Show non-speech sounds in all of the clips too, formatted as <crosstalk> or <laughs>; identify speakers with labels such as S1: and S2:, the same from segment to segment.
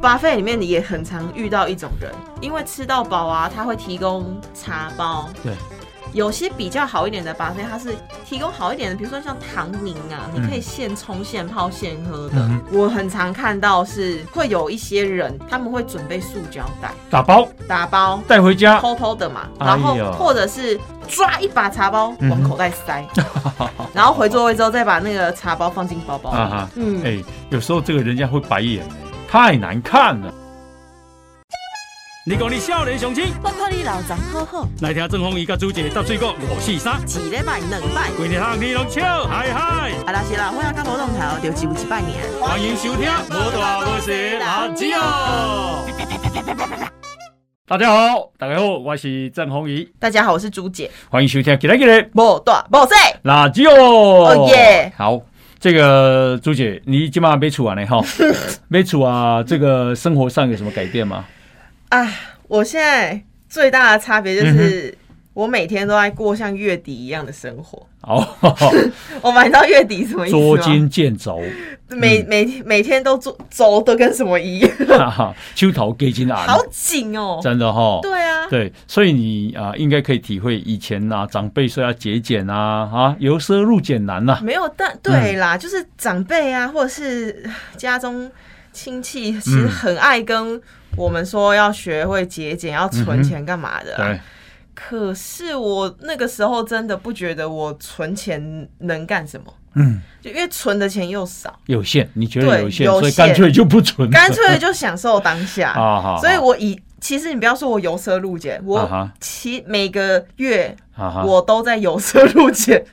S1: 巴菲里面你也很常遇到一种人，因为吃到饱啊，他会提供茶包。
S2: 对。
S1: 有些比较好一点的巴菲，它是提供好一点的，比如说像糖凝啊，
S2: 嗯
S1: 你可以现冲、现泡、现喝的。
S2: 嗯哼
S1: 我很常看到是会有一些人，他们会准备塑胶袋
S2: 打包
S1: 打包，
S2: 带回家，
S1: 偷偷的嘛，
S2: 哎
S1: 然后
S2: 呦
S1: 或者是抓一把茶包
S2: 嗯
S1: 往口袋
S2: <laughs>
S1: 塞，然后回座位之后再把那个茶包放进包包
S2: 啊
S1: 里。
S2: 哈，
S1: 嗯，
S2: 哎，有时候这个人家会白眼，太难看了。
S3: 你讲你少年雄心，
S1: 我看你老张好好，
S3: 来听郑鸿仪甲朱姐搭水果五四三，
S1: 一礼拜两拜，
S3: 规日通你拢笑嗨嗨，
S1: 啊啦是啦，我要搞活动头，就只有一拜年。
S3: 欢迎收听无大无小垃圾哦。
S2: 大家好，大家好，我是郑鸿仪，
S1: 大家好，我是朱姐，
S2: 欢迎收听《给来给来
S1: 莫大莫小，
S2: 辣椒》。
S1: 哦耶！
S2: 好，这个朱姐，你今晚没出完呢
S1: <laughs>
S2: 哈？没出啊？这个生活上有什么改变吗？
S1: 哎，我现在最大的差别
S2: 嗯
S1: 就是。我每天都在过像月底一样的生活。 <laughs>
S2: 哦，
S1: 我们知道月底什么意思吗？
S2: 捉襟嗯见肘，
S1: 每每每天都做周都跟什么一样，
S2: 哈哈，秋头给金啊，
S1: <laughs> 啊好紧哦。
S2: 真的哈。
S1: 对啊，
S2: 对，所以你啊、应该可以体会以前呐、长辈说要节俭啊，啊，由奢入俭难啊呐、
S1: 没有，但对啦，就是长辈啊，或者是家中亲戚，其
S2: 嗯
S1: 实很爱跟我们说要学会节俭，要存钱干嘛的啊、
S2: 嗯对，
S1: 可是我那个时候真的不觉得我存钱能干什么，
S2: 嗯，
S1: 就因为存的钱又
S2: <laughs>
S1: 少，
S2: 有限，你觉得
S1: 对
S2: 有限，
S1: 有
S2: 所以
S1: 限
S2: 干脆就不存了，
S1: 干脆就享受当
S2: <laughs>
S1: 下。
S2: 啊哈，
S1: 所以我以其实你不要说我由奢入俭，
S2: 啊
S1: 我
S2: 哈
S1: 其每个月
S2: 啊哈
S1: 我都在由奢入俭。 <laughs>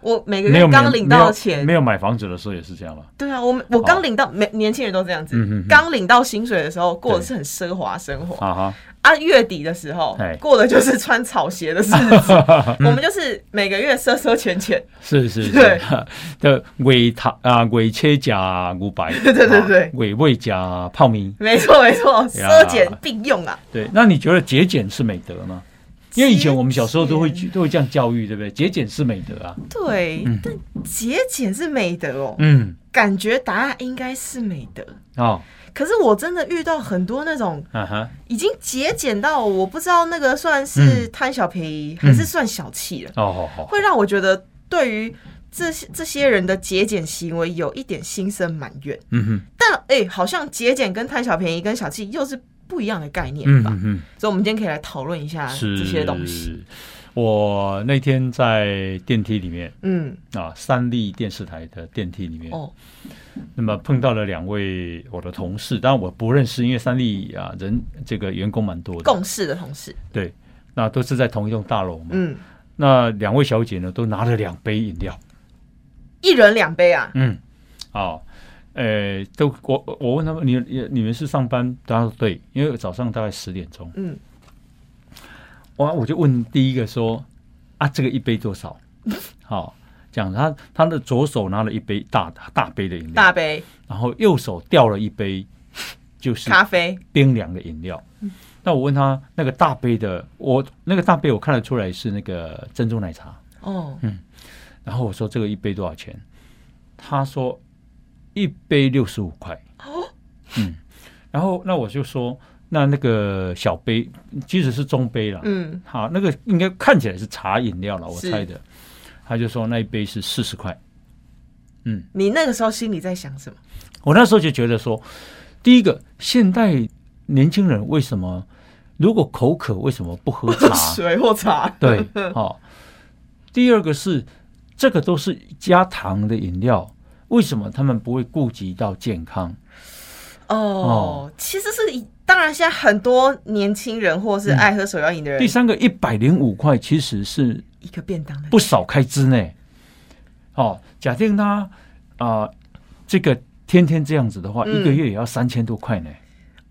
S1: 我每个
S2: 没
S1: 月
S2: 有
S1: 刚领到
S2: 没
S1: 钱
S2: 有，没有买房子的时候也是这样了，
S1: 对啊，我们我
S2: 好
S1: 刚领到，每年轻人都这样子
S2: 嗯哼哼，
S1: 刚、领到薪水的时候过的是很奢华生活
S2: 啊
S1: 啊，月底的时候
S2: 哎
S1: 过的就是穿草鞋的日
S2: <laughs>
S1: 子，
S2: 哈，
S1: 我们就是每个月奢奢钱钱，
S2: 是是是
S1: 对，
S2: <laughs> 的尾塔啊尾切加五百，对
S1: <laughs> 对对对
S2: 啊尾味加泡米，
S1: <laughs> 没错没错，
S2: 呀
S1: 奢俭并用啊，
S2: 对，那你觉得节俭是美德吗？因为以前我们小时候都会
S1: 节俭
S2: 都会这样教育，对不对？节俭是美德啊，
S1: 对，
S2: 嗯
S1: 但节俭是美德哦，
S2: 嗯，
S1: 感觉答案应该是美德。
S2: 哦，
S1: 可是我真的遇到很多那种
S2: 啊哈，
S1: 已经节俭到我不知道那个算是
S2: 嗯
S1: 贪小便宜、还是算小气了。
S2: 哦好好，
S1: 会让我觉得对于这些这些人的节俭行为有一点心生埋怨。
S2: 嗯哼，
S1: 但哎、好像节俭跟贪小便宜跟小气又是不一样的概念
S2: 嗯
S1: 吧？
S2: 哼哼。
S1: 所以，我们今天可以来讨论一下
S2: 是
S1: 这些东西。。
S2: 我那天在电梯里面
S1: 嗯，
S2: 啊，三立电视台的电梯里面，
S1: 哦，
S2: 那么碰到了两位我的同事，当然我不认识，因为三立啊人这个员工蛮多的，
S1: 共事的同事，
S2: 对，那都是在同一栋大楼嘛。
S1: 嗯，
S2: 那两位小姐呢，都拿了两杯饮料，
S1: 一人两杯啊，
S2: 嗯，啊。呃，都我我问他们，你你你们是上班？他说对，因为早上大概十点钟，
S1: 嗯，
S2: 我我就问第一个说啊，这个一杯多 <laughs> 少？好、讲他他的左手拿了一杯大大杯的饮料，
S1: 大杯
S2: 然后右手掉了一杯就是
S1: 咖啡，
S2: 冰凉的饮料。
S1: 嗯
S2: 那我问他那个大杯的，我那个大杯我看得出来是那个珍珠奶茶。
S1: 哦，
S2: 然后我说这个一杯多少钱？他说一杯六十五块。
S1: 哦，
S2: 嗯，然后那我就说那那个小杯，即使是中杯了，
S1: 嗯，
S2: 好，那个应该看起来是茶饮料了，我
S1: 是
S2: 猜的。他就说那一杯是四十块。嗯，
S1: 你那个时候心里在想什么？
S2: 我那时候就觉得说，第一个，现代年轻人为什么如果口渴为什么不喝茶？
S1: 水或茶？ <laughs>
S2: 对，好、第二个是这个都是加糖的饮料，为什么他们不会顾及到健康？
S1: 哦，其实是以当然，现在很多年轻人或是爱喝手摇饮的人
S2: 第，三个，一百零五块其实是
S1: 一个便当的
S2: 不少开支呢。哦，假定他啊、呃这个天天这样子的话，
S1: 嗯
S2: 一个月也要三千多块呢，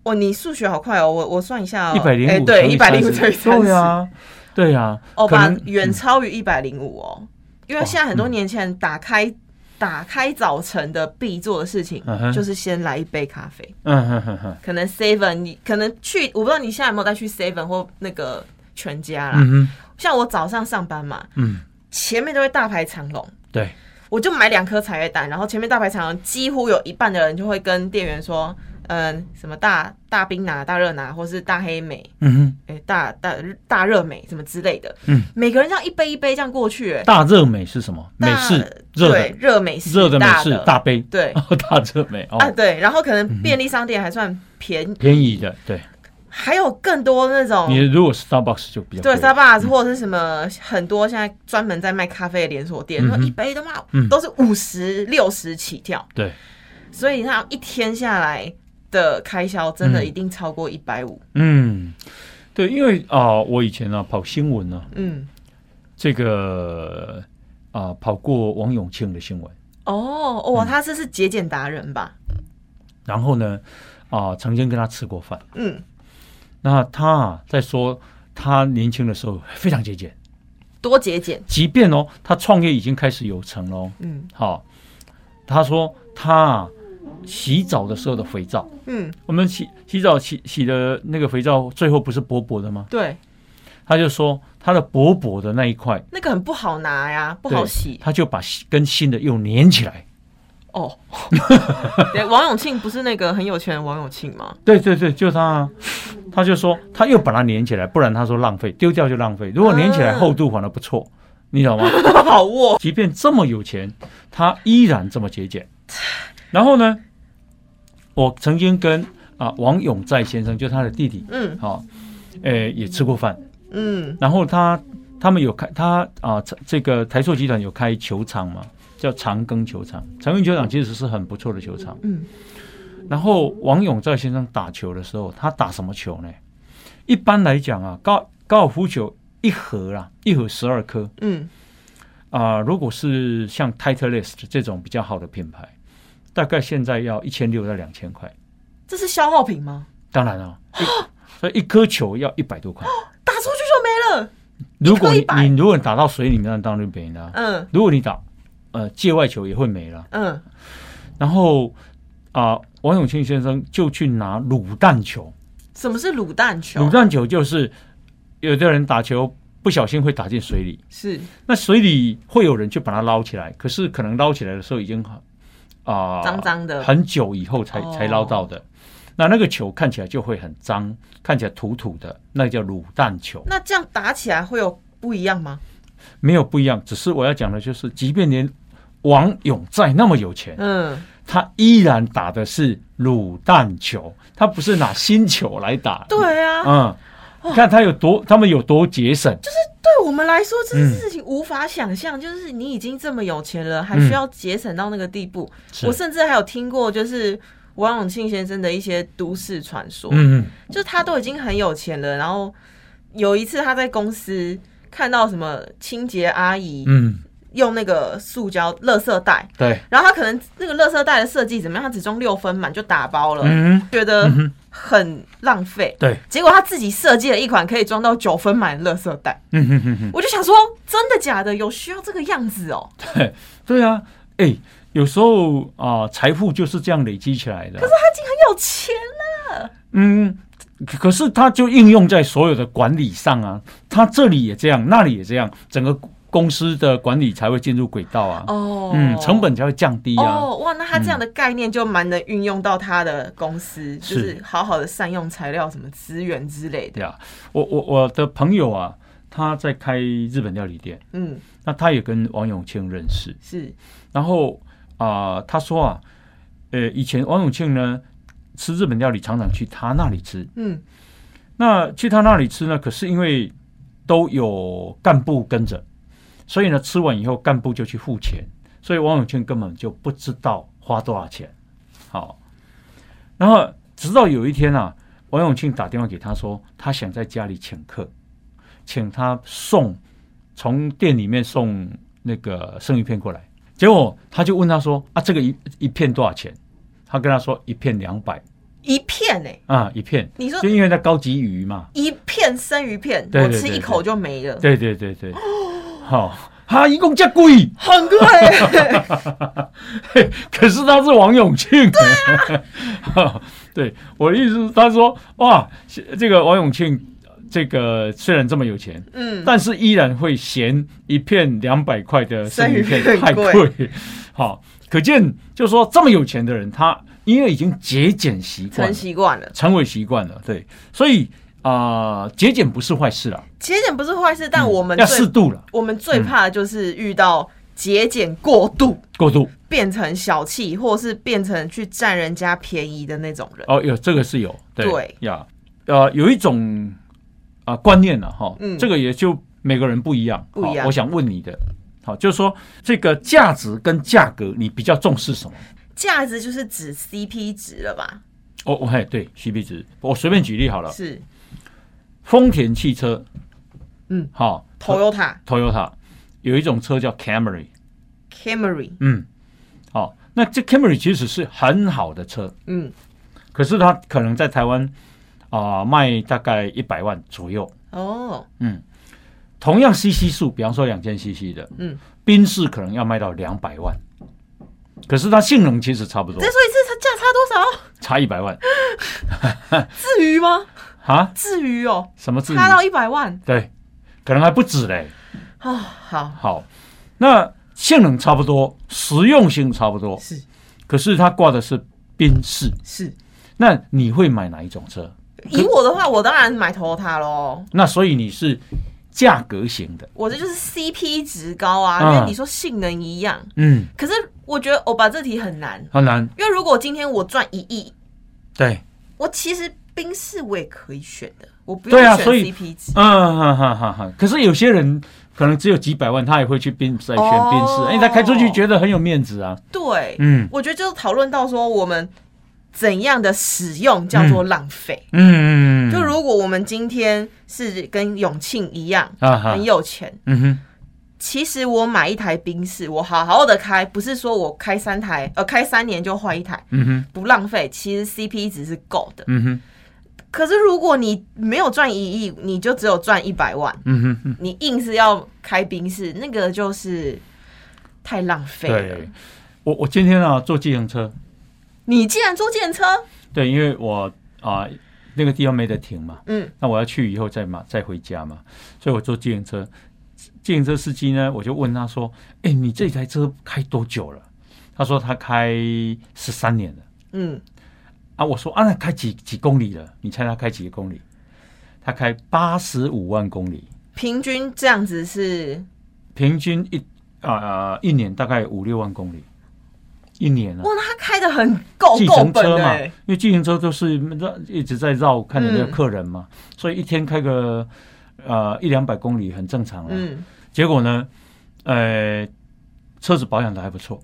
S1: 哦，你数学好快哦，我我算一下、哦，
S2: 一百零
S1: 哎
S2: 五
S1: 对，一百零五乘以三
S2: 对
S1: 十，
S2: 呀，对呀，
S1: 哦，
S2: 可
S1: 把
S2: 能
S1: 远超于一百零五哦，因为现在很多年轻人打开、打开早晨的必做的事情、
S2: 嗯哼
S1: 就是先来一杯咖啡，
S2: 嗯哼哼哼，
S1: 可能 seven，你可能去，我不知道你现在有没有再去 seven 或那个全家啦，
S2: 嗯哼，
S1: 像我早上上班嘛，
S2: 嗯，
S1: 前面都会大排长龙。
S2: 对，
S1: 我就买两颗茶叶蛋，然后前面大排长龙几乎有一半的人就会跟店员说：“嗯、什么大大冰拿、大热拿，或是大黑美，
S2: 嗯哼，
S1: 哎、大大大热美什么之类的，
S2: 嗯，
S1: 每个人这样一杯一杯这样过去、哎，
S2: 大热美是什么？美
S1: 大
S2: 式热
S1: 对
S2: 的
S1: 热美式
S2: 热的美
S1: 大
S2: 式大杯，
S1: 对、
S2: 哦，大热美哦，
S1: 啊对，然后可能便利商店还算便宜，
S2: 便宜的，对
S1: 还有更多那种
S2: 你如果 Starbucks 就比
S1: 哦
S2: 较
S1: 对
S2: 贵
S1: Starbucks 或者是什么很多现在专门在卖咖啡的连锁店，
S2: 嗯
S1: 说
S2: 哼
S1: 一杯的话
S2: 嗯
S1: 都是五十六十起跳，
S2: 对，
S1: 所以他一天下来的开销真的
S2: 嗯
S1: 一定超过一百五。
S2: 嗯，对，因为啊、我以前呢、跑新闻呢、
S1: 嗯，
S2: 这个啊、跑过王永庆的新闻，
S1: 哦，哇，他这是节俭达人吧？
S2: 然后呢啊、曾经跟他吃过饭，
S1: 嗯，
S2: 那他啊在说他年轻的时候非常节俭，
S1: 多节俭。
S2: 即便哦他创业已经开始有成了哦，
S1: 嗯
S2: 好、他说他啊洗澡的时候的肥皂。
S1: 嗯，
S2: 我们洗洗澡洗洗的那个肥皂，最后不是薄薄的吗？
S1: 对，
S2: 他就说他的薄薄的那一块，
S1: 那个很不好拿呀，不
S2: 不
S1: 好洗。
S2: 他就把新跟新的又粘起来。
S1: 哦， <laughs> 对，王永庆不是那个很有钱的王永庆吗？
S2: 对对对，就他啊，他就说他又把它粘起来，不然他说浪费，丢掉就浪费。如果粘起来
S1: 嗯
S2: 厚度反而不错，你知道吗？
S1: <laughs> 好握，
S2: 即便这么有钱，他依然这么节俭。然后呢，我曾经跟啊、王永在先生，就他的弟弟，
S1: 嗯
S2: 好、呃，也吃过饭。
S1: 嗯
S2: 然后他他们有开他啊、这这个台塑集团有开球场嘛，叫长庚球场。长庚球场其实是很不错的球场。
S1: 嗯，
S2: 然后王永在先生打球的时候，他打什么球呢？一般来讲啊，高高尔夫球一盒啦，一盒十二颗
S1: 嗯
S2: 啊、如果是像 Titleist 这种比较好的品牌，大概现在要一千六到两千块。
S1: 这是消耗品吗？
S2: 当
S1: <gasps>
S2: 然啊，一所以一颗球要一百多块。
S1: 打出去就没了。
S2: 如果
S1: 一
S2: 你
S1: 颗100
S2: 你如果打到水里面，那当然就便宜啦、
S1: 嗯
S2: 如果你打呃界外球也会没了。
S1: 嗯，
S2: 然后啊、王永庆先生就去拿卤蛋球，
S1: 什么是卤蛋球？
S2: 卤蛋球就是有的人打球不小心会打进水里，
S1: 是
S2: 那水里会有人去把它捞起来，可是可能捞起来的时候已经很啊、
S1: 脏脏的。
S2: 很久以后才
S1: 哦
S2: 才捞到的。那那个球看起来就会很脏，看起来土土的，那叫卤蛋球，
S1: 那这样打起来会有不一样吗？
S2: 没有不一样。只是我要讲的就是，即便连王永在那么有钱，
S1: 嗯，
S2: 他依然打的是卤蛋球，他不是拿新球来打。，
S1: 对啊，
S2: 嗯，你看他有多，他们有多节省。
S1: 对我们来说这件
S2: 嗯
S1: 事情无法想象，就是你已经这么有钱了，还
S2: 嗯
S1: 需要节省到那个地步。
S2: 是
S1: 我甚至还有听过，就是王永庆先生的一些都市传说，
S2: 嗯
S1: 就他都已经很有钱了，然后有一次他在公司看到什么清洁阿姨
S2: 嗯，
S1: 用那个塑胶垃圾袋，
S2: 对，
S1: 然后他可能那个垃圾袋的设计怎么样，他只装六分满就打包了，
S2: 嗯，
S1: 觉得
S2: 嗯哼
S1: 很浪费。
S2: 对，
S1: 结果他自己设计了一款可以装到九分满的垃圾袋，
S2: 嗯 <laughs> 哼哼哼，
S1: 我就想说，真的假的？有需要这个样子哦？
S2: 对啊，哎，有时候啊，财、富就是这样累积起来的。啊可是，
S1: 他已经很有钱了。
S2: 嗯，可是他就应用在所有的管理上啊，他这里也这样，那里也这样，整个公司的管理才会进入轨道啊。
S1: 哦
S2: 嗯，成本才会降低啊。
S1: 哦，哇，那他这样的概念就蛮能运用到他的公司，就是好好的善用材料、什么资源之类的。
S2: 对啊，我我我的朋友啊，他在开日本料理店，
S1: 嗯，
S2: 那他也跟王永庆认识，
S1: 是，
S2: 然后啊、他说啊，呃，以前王永庆呢吃日本料理常常去他那里吃，
S1: 嗯
S2: 那去他那里吃呢，可是因为都有干部跟着，所以呢吃完以后干部就去付钱，所以王永庆根本就不知道花多少钱。好，然后直到有一天啊，王永庆打电话给他说，他想在家里请客，请他送从店里面送那个生鱼片过来。结果他就问他说啊，这个一一片多少钱？他跟他说一片两百
S1: 一片呢、欸
S2: 啊，一片，
S1: 你说
S2: 就因为那高级鱼嘛。
S1: 一片生鱼片，
S2: 对对
S1: 我吃
S2: 对
S1: 一口就没了，
S2: 对对对对，好， <laughs> 他一共加贵，
S1: 很贵、
S2: 嘿 <laughs> 可是他是王永庆。 <laughs> 对啊，对，我的意思是，他说哇，这个王永庆，这个虽然这么有钱，
S1: 嗯，
S2: 但是依然会嫌一片两百块的生鱼片
S1: 生鱼片
S2: 太
S1: 很贵
S2: 贵。好，可见就说这么有钱的人，他因为已经节俭习惯
S1: 成
S2: 了，
S1: 习惯了。
S2: 成为习惯了。对，所以啊，节、俭不是坏事啦，
S1: 节俭不是坏事，但
S2: 嗯
S1: 我们
S2: 要
S1: 最
S2: 适度了，
S1: 我们最怕的就是遇到节俭过度，
S2: 过度
S1: 变成小气，或是变成去占人家便宜的那种人。
S2: 哦，有这个是有，对
S1: 对
S2: 呀，呃，有一种啊、观念了、哈，
S1: 嗯
S2: 这个也就每个人不一样，
S1: 不一样
S2: 好我想问你的，好，就是说这个价值跟价格，你比较重视什么？
S1: 价值就是指 CP 值了吧？
S2: 哦，我嘿，对，CP 值，我随便举例好了，
S1: 是
S2: 丰田汽车，
S1: 嗯，
S2: 好
S1: Toyota
S2: ，Toyota 有一种车叫 Camry，
S1: Camry，
S2: 嗯，好，那这 Camry 其实是很好的车，
S1: 嗯，
S2: 可是它可能在台湾啊、卖大概一百万左右。
S1: 哦，
S2: 同样 CC 数，比方说两千 CC 的，
S1: 嗯，
S2: 宾士可能要卖到两百万，可是它性能其实差不多
S1: 再，说一次，它价差多少？
S2: 差一百万
S1: 至于吗？
S2: 啊？
S1: 至于哦，
S2: 什么至于？
S1: 差到一百万
S2: 对，可能还不止嘞。
S1: 哦。好，
S2: 好，那性能差不多，实用性差不多，
S1: 是
S2: 可是它挂的是宾士，
S1: 是，
S2: 那你会买哪一种车？
S1: 以我的话，我当然买 Toyota 喽。
S2: 那所以你是价格型的，
S1: 我这就是 CP 值高啊，
S2: 嗯
S1: 因为你说性能一样，
S2: 嗯，
S1: 可是我觉得欧巴这题很难，
S2: 很难，
S1: 因为如果今天我赚一亿，
S2: 对，
S1: 我其实宾士我也可以选的，我不用
S2: 对啊
S1: 选
S2: 所以
S1: CP 值。
S2: 嗯，哈哈哈哈。可是有些人可能只有几百万，他也会去宾士选宾士，哎
S1: 哦
S2: 因为他开出去觉得很有面子啊。
S1: 对，
S2: 嗯
S1: 我觉得就是讨论到说我们怎样的使用叫做浪费。
S2: 嗯，
S1: 就如果我们今天是跟永庆一样
S2: 啊哈
S1: 很，有钱，
S2: 嗯哼，
S1: 其实我买一台宾士，我好好的开，不是说我开三台，呃，开三年就换一台，
S2: 嗯哼，
S1: 不浪费，其实 CP 值是够的。
S2: 嗯哼，
S1: 可是如果你没有赚一亿，你就只有赚一百万，
S2: 嗯哼嗯哼，
S1: 你硬是要开宾士，那个就是太浪费了
S2: 对。。我我今天啊坐计程车，
S1: 你既然坐电车，
S2: 对，因为我啊、那个地方没得停嘛，
S1: 嗯，
S2: 那我要去以后再嘛再回家嘛，所以我坐计程车。计程车司机呢，我就问他说：“哎、你这台车开多久了？”他说他开十三年了。
S1: 嗯，
S2: 啊，我说啊，那开几几公里了？你猜他开几公里？他开八十五万公里，
S1: 平均这样子是
S2: 平均一啊、一年大概五六万公里，一年啊
S1: 哇。，那他开的很够
S2: 计
S1: 够
S2: 程
S1: 本
S2: 车
S1: 的、
S2: 嘛，
S1: 欸
S2: 因，为计程车都是绕一直在绕，看有没有
S1: 嗯
S2: 客人嘛，所以一天开个呃一两百公里很正常了、
S1: 嗯，
S2: 结果呢，呃，车子保养的还不错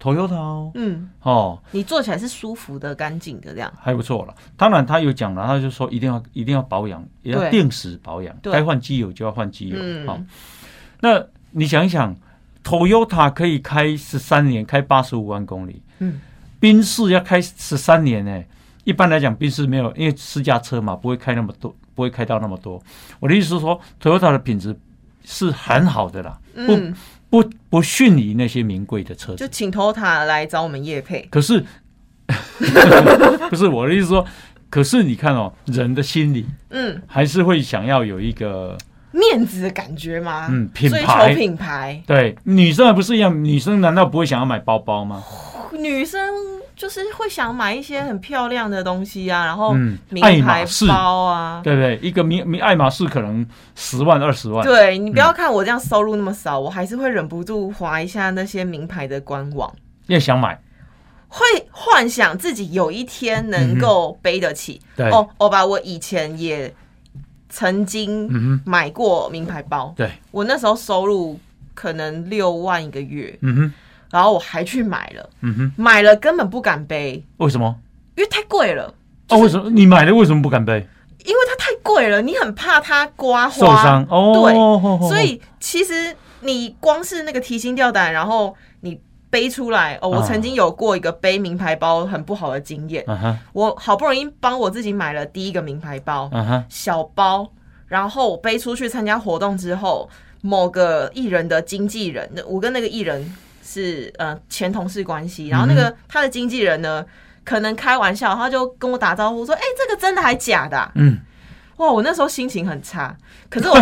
S2: ，Toyota 哦，
S1: 嗯，
S2: 哦
S1: 你坐起来是舒服的、干净的这样。
S2: 还不错了。当然，他有讲了，他就说一定要一定要保养，也要
S1: 对
S2: 定时保养，
S1: 对
S2: 该换机油就要换机油。
S1: 嗯
S2: 好，那你想一想，Toyota 可以开十三年，开八十五万公里，
S1: 嗯，
S2: 宾士要开十三年呢、一般来讲，宾士没有，因为私家车嘛，不会开那么多，不会开到那么多。我的意思是说，Toyota 的品质是很好的啦，不
S1: 嗯，
S2: 不不逊于那些名贵的车子
S1: 就。请 Tota 来找我们叶配。
S2: 可是， <laughs> 不是我的意思说，可是你看哦，人的心理
S1: 嗯，
S2: 还是会想要有一个
S1: 面子的感觉吗？
S2: 嗯品
S1: 追
S2: 牌
S1: 求品牌，
S2: 对女生还不是一样？女生难道不会想要买包包吗？
S1: 哦女生就是会想买一些很漂亮的东西啊，然后
S2: 嗯
S1: 名
S2: 爱马
S1: 牌
S2: 仕
S1: 包啊。
S2: 对不对？一个名名爱马仕可能十万二十万，
S1: 对你不要看我这样收入那么少，我还是会忍不住划一下那些名牌的官网，
S2: 也想买，
S1: 会幻想自己有一天能
S2: 嗯
S1: 够背得起。
S2: 对，
S1: 哦，欧巴，我以前也曾经
S2: 嗯哼，
S1: 买过名牌包，
S2: 对，
S1: 我那时候收入可能六万一个月，
S2: 嗯哼，
S1: 然后我还去买了，
S2: 嗯哼，
S1: 买了根本不敢背，
S2: 为什么？
S1: 因为太贵了，
S2: 哦，为什么你买的为什么不敢背？
S1: 因为它太贵了，你很怕它刮
S2: 受
S1: 花，
S2: 伤哦，
S1: 对
S2: 哦哦哦
S1: 所以其实你光是那个提心吊胆，然后你背出来哦，我
S2: 啊
S1: 曾经有过一个背名牌包很不好的经验，
S2: 啊哈
S1: 我好不容易帮我自己买了第一个名牌包，
S2: 啊哈，
S1: 小包，然后我背出去参加活动之后，某个艺人的经纪人，那我跟那个艺人是呃前同事关系，然后那
S2: 嗯
S1: 个他的经纪人呢，可能开玩笑，他就跟我打招呼说：“哎、这个真的还假的啊、
S2: 嗯，
S1: 哇，我那时候 <laughs> 心情很差，可是我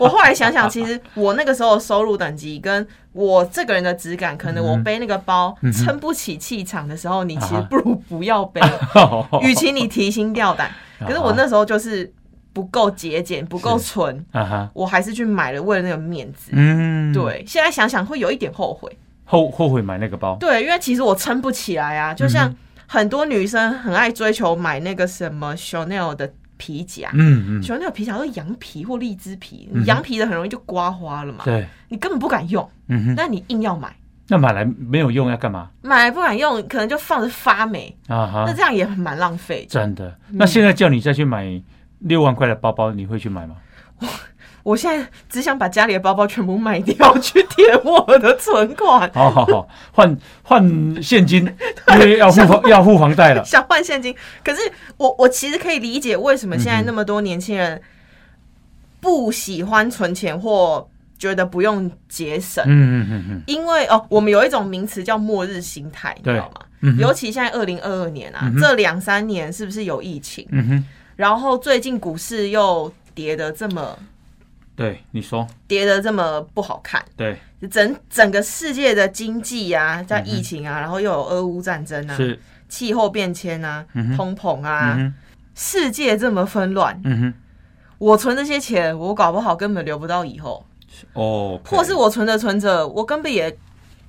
S1: 我后来想想，其实我那个时候的收入等级跟我这个人的质感，可能我
S2: 嗯
S1: 背那个包
S2: 嗯哼
S1: 撑不起气场的时候，你其
S2: 啊
S1: 实
S2: 哈哦
S1: 不如不要背，与
S2: <laughs>
S1: 其你提心吊胆。可是我那时候就是不够节俭，不够存，
S2: 啊哈，
S1: 我还是去买了，为了那个面子。
S2: 嗯，，
S1: 对，现在想想会有一点后悔。
S2: 后后悔买那个包，
S1: 对，因为其实我撑不起来啊，就
S2: 嗯
S1: 像很多女生很爱追求买那个什么 Chanel 的皮夹。
S2: 嗯嗯，
S1: Chanel 皮夹都是羊皮或荔枝皮，
S2: 嗯哼
S1: 你羊皮的很容易就刮花了嘛，
S2: 对，
S1: 你根本不敢用，
S2: 嗯哼，
S1: 但你硬要买，
S2: 那买来没有用要干嘛
S1: 买来不敢用，可能就放着发霉，
S2: 啊
S1: 那
S2: 哈？
S1: 这样嗯也蛮浪费的。
S2: 真的，那现在叫你再去买六万块的包包，你会去买吗？ <laughs>
S1: 我现在只想把家里的包包全部卖掉，去填我的存
S2: <laughs>
S1: 款，
S2: 好好好，换换现金，因为要
S1: <laughs>
S2: 付房要付房贷了，
S1: 想换现金。可是我我其实可以理解为什么现
S2: 嗯
S1: 在那么多年轻人不喜欢存钱或觉得不用节省，
S2: 嗯嗯嗯嗯
S1: 因为哦，我们有一种名词叫末日心态，你知道吗？
S2: 嗯哼
S1: 尤其现在二零二二年啊，
S2: 嗯哼
S1: 这两三年是不是有疫情？
S2: 嗯哼，
S1: 然后最近股市又跌得这么
S2: 对，你说
S1: 跌得这么不好看，
S2: 对，
S1: 整整个世界的经济啊，在疫情啊，然后又有俄乌战争啊，
S2: 嗯是，
S1: 气候变迁啊，
S2: 嗯哼，
S1: 通膨啊，
S2: 嗯哼，
S1: 世界这么纷乱，
S2: 嗯哼，
S1: 我存这些钱，我搞不好根本留不到以后，
S2: 哦，
S1: 或是我存着存着，我根本也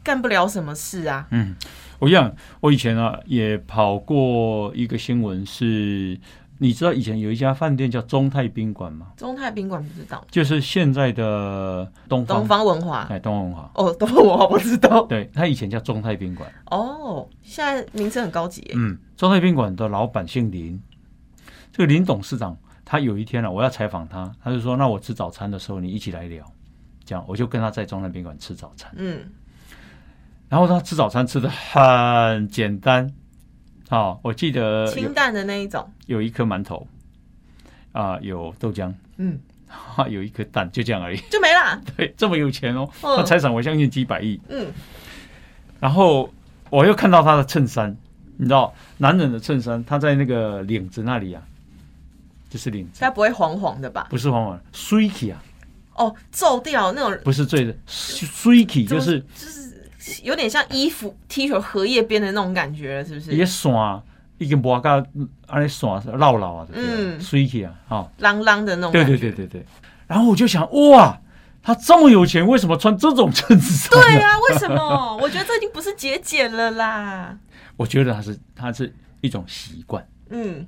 S1: 干不了什么事啊。
S2: 嗯，我一样，我以前啊也跑过一个新闻是，你知道以前有一家饭店叫中泰宾馆吗？
S1: 中泰宾馆不知道，
S2: 就是现在的东方，
S1: 东方文华
S2: 哎，东方文华，
S1: 哦，东方文华不知道
S2: 对，它以前叫中泰宾馆，
S1: 哦，现在名声很高级耶，
S2: 嗯，中泰宾馆的老板姓林，这个林董事长，他有一天啊，我要采访他，他就说，那我吃早餐的时候你一起来聊，这样我就跟他在中泰宾馆吃早餐。
S1: 嗯，
S2: 然后他吃早餐吃的很简单，哦，我记得有
S1: 清淡的那一种，
S2: 有一颗馒头，啊、有豆浆， <laughs>
S1: 嗯，
S2: 哈，有一颗蛋，就这样而已。 <laughs>
S1: 就没啦，
S2: 对，这么有钱哦，
S1: 嗯
S2: 那财产我相信几百亿。
S1: 嗯，
S2: 然后我又看到他的衬衫，你知道，男人的衬衫，他在那个领子那里啊，就是领子，
S1: 该不会黄黄的吧？
S2: 不是黄黄 s u i k i 啊，
S1: 哦，皱掉那种，
S2: 不是醉的 s u i k i
S1: 怎
S2: 就
S1: 么
S2: 是
S1: 就是有点像衣服 T 恤荷叶边的那种感觉了，是不
S2: 一个
S1: 是？
S2: 线已经磨到安尼线绕绕啊，嗯
S1: 嗯
S2: s u i k i 啊，好、
S1: 啷啷的那种
S2: 对
S1: 感觉，
S2: 对对对对。然后我就想，哇，他这么有钱，为什么穿这种衬衫？
S1: 对呀、为什么？ <laughs> 我觉得这已经不是节俭了啦。
S2: 我觉得他是他是一种习惯，
S1: 嗯，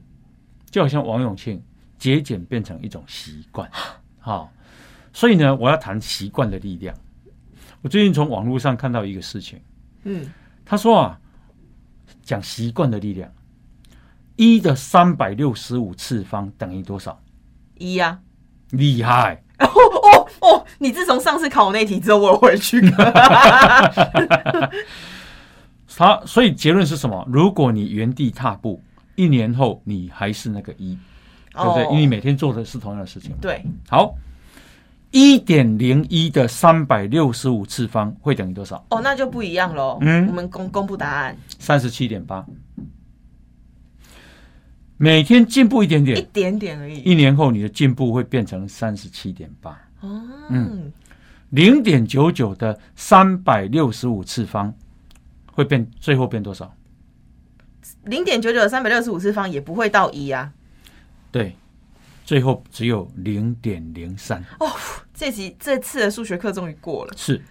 S2: 就好像王永庆节俭变成一种习
S1: <gasps>
S2: 惯，好、所以呢，我要谈习惯的力量。我最近从网络上看到一个事情，
S1: 嗯，
S2: 他说啊，讲习惯的力量，一的三百六十五次方等于多少？
S1: 一呀、
S2: 厉害！
S1: 啊。哦 <laughs> 哦哦！你自从上次考我那题之后，我有回去看。
S2: 他所以结论是什么？如果你原地踏步，一年后你还是那个一， <laughs>
S1: 哦
S2: 对不对？因为你每天做的是同样的事情。
S1: 对，
S2: 好，一点零一的三百六十五次方会等于多少？
S1: 哦，那就不一样喽。
S2: 嗯
S1: 我们公公布答案，
S2: 三十七点八。每天进步一点
S1: 一
S2: 点，
S1: 点点而已。
S2: 一年后你的进步会变成三十七点八。
S1: 哦，
S2: 嗯零点九九的三百六十五次方会变，最后变多少？
S1: 零点九九三百六十五次方也不会到一啊。
S2: 对，最后只有零点零三。
S1: 这集这次的数学课终于过了。
S2: 是，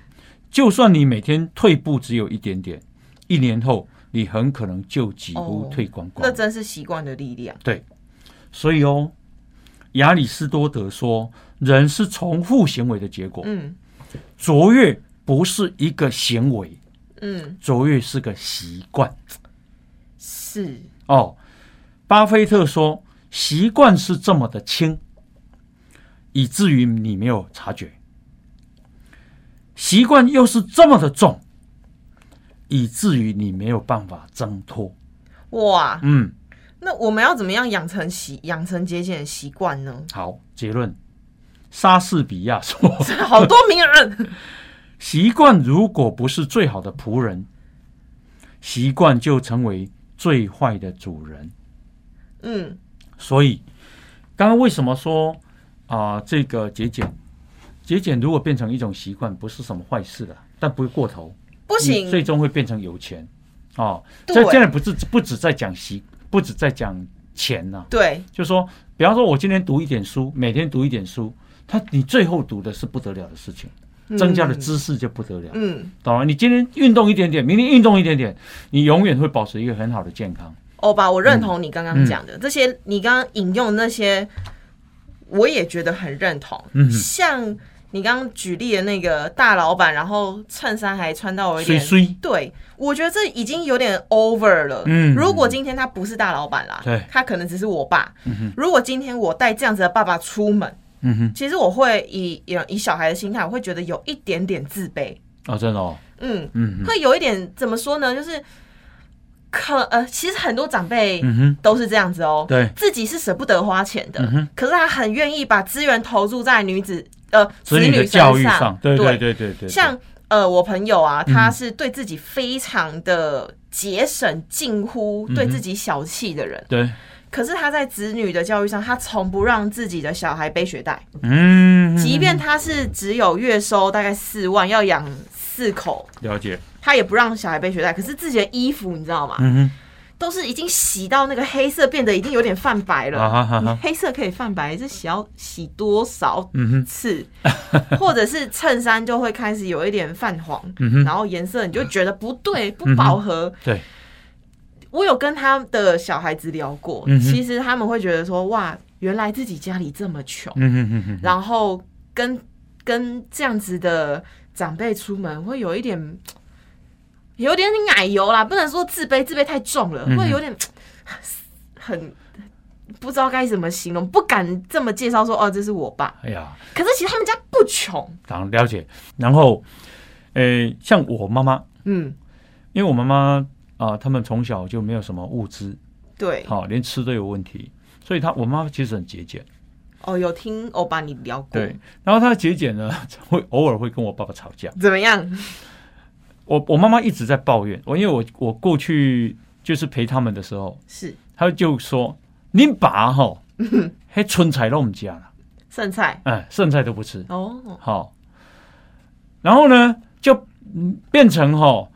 S2: 就算你每天退步只有一点点，一年后你很可能就几乎
S1: 哦
S2: 退光光。
S1: 那真是习惯的力量。
S2: 所以哦，亚里士多德说，人是重复行为的结果，
S1: 嗯
S2: 卓越不是一个行为，
S1: 嗯，
S2: 卓越是个习惯
S1: 是
S2: 哦。巴菲特说，习惯是这么的轻，以至于你没有察觉；习惯又是这么的重，以至于你没有办法挣脱。
S1: 哇。
S2: 嗯，
S1: 那我们要怎么样养成习养成节俭的习惯呢？ <laughs>
S2: 好，结论，莎士比亚说。
S1: 好多名人，
S2: 习惯如果不是最好的仆人，习惯就成为最坏的主人。
S1: 嗯，
S2: 所以，刚刚为什么说啊、这个节俭？节俭如果变成一种习惯，不是什么坏事了。但不会过头，
S1: 不行
S2: 你，最终会变成有钱。哦，
S1: 对
S2: 这现在不是不只在讲习，不只在讲钱呐、
S1: 对
S2: 就说，比方说，我今天读一点书，每天读一点书，他你最后读的是不得了的事情，增加的，知识就不得了，
S1: 嗯嗯，
S2: 懂吗？你今天运动一点点，明天运动一点点，你永远会保持一个很好的健康。
S1: 欧巴，我认同你刚
S2: 嗯
S1: 刚讲的、这些，你刚刚引用的那些，我也觉得很认同。
S2: 嗯哼
S1: 像你刚刚举例的那个大老板，然后衬衫还穿到有一
S2: 虽
S1: 点
S2: 虽
S1: 对，我觉得这已经有点 over 了。
S2: 嗯
S1: 如果今天他不是大老板啦，
S2: 对
S1: 他可能只是我爸。如果今天我带这样子的爸爸出门，
S2: 嗯哼，
S1: 其实我会以以以小孩的心态，我会觉得有一点点自卑。
S2: 哦，真的哦，
S1: 嗯，
S2: 嗯哼，
S1: 会有一点怎么说呢？就是可呃，其实很多长辈
S2: 嗯哼，
S1: 都是这样子哦，
S2: 对，
S1: 自己是舍不得花钱的，
S2: 嗯哼
S1: 可是他很愿意把资源投入在女子呃子
S2: 子女的
S1: 身
S2: 教育
S1: 上
S2: 上，，对对对对对，
S1: 像呃，我朋友啊，他是对自己非常的节省、近乎
S2: 嗯
S1: 对自己小气的人，
S2: 对，
S1: 可是他在子女的教育上，他从不让自己的小孩背学贷，
S2: 嗯，
S1: 即便他是只有月收大概四万，要养四口，
S2: 了解，
S1: 他也不让小孩背学贷。可是自己的衣服，你知道吗？
S2: 嗯
S1: 都是已经洗到那个黑色，变得已经有点泛白
S2: 哼，
S1: 了。
S2: 啊哈哈
S1: 你
S2: 哈，
S1: 黑色可以泛白，这洗要洗多少
S2: 嗯哼，
S1: 次， <laughs>
S2: <laughs>
S1: 或者是衬衫就会开始有一点泛黄，
S2: 嗯哼
S1: 然后颜色你就觉得不对，不饱和。
S2: 对，
S1: 我有跟他的小孩子聊过，
S2: 嗯哼
S1: 其实他们会觉得说，哇，原来自己家里这么穷，
S2: 嗯哼哼哼，
S1: 然后跟跟这样子的长辈出门会有一点。有点奶油啦，不能说自卑，自卑太重了，
S2: 嗯哼
S1: 会有点很不知道该怎么形容，不敢这么介绍说哦，这是我爸。
S2: 哎呀，
S1: 可是其实他们家不穷，
S2: 当了解，然后，呃，像我妈妈，
S1: 嗯，
S2: 因为我妈妈啊，他们从小就没有什么物资，
S1: 对，
S2: 好，连吃都有问题，所以她我妈妈其实很节俭，
S1: 哦，有听欧巴你聊过，
S2: 对，然后她的节俭呢， <laughs> 会偶尔会跟我爸爸吵架。
S1: 怎么样？
S2: 我我妈妈一直在抱怨，我因为我我过去就是陪他们的时候，
S1: 是
S2: 她就说：“恁爸吼，还春菜都唔食啦，
S1: 剩菜
S2: 哎，剩菜都不吃。
S1: 哦，
S2: 好，然后呢，就嗯变成吼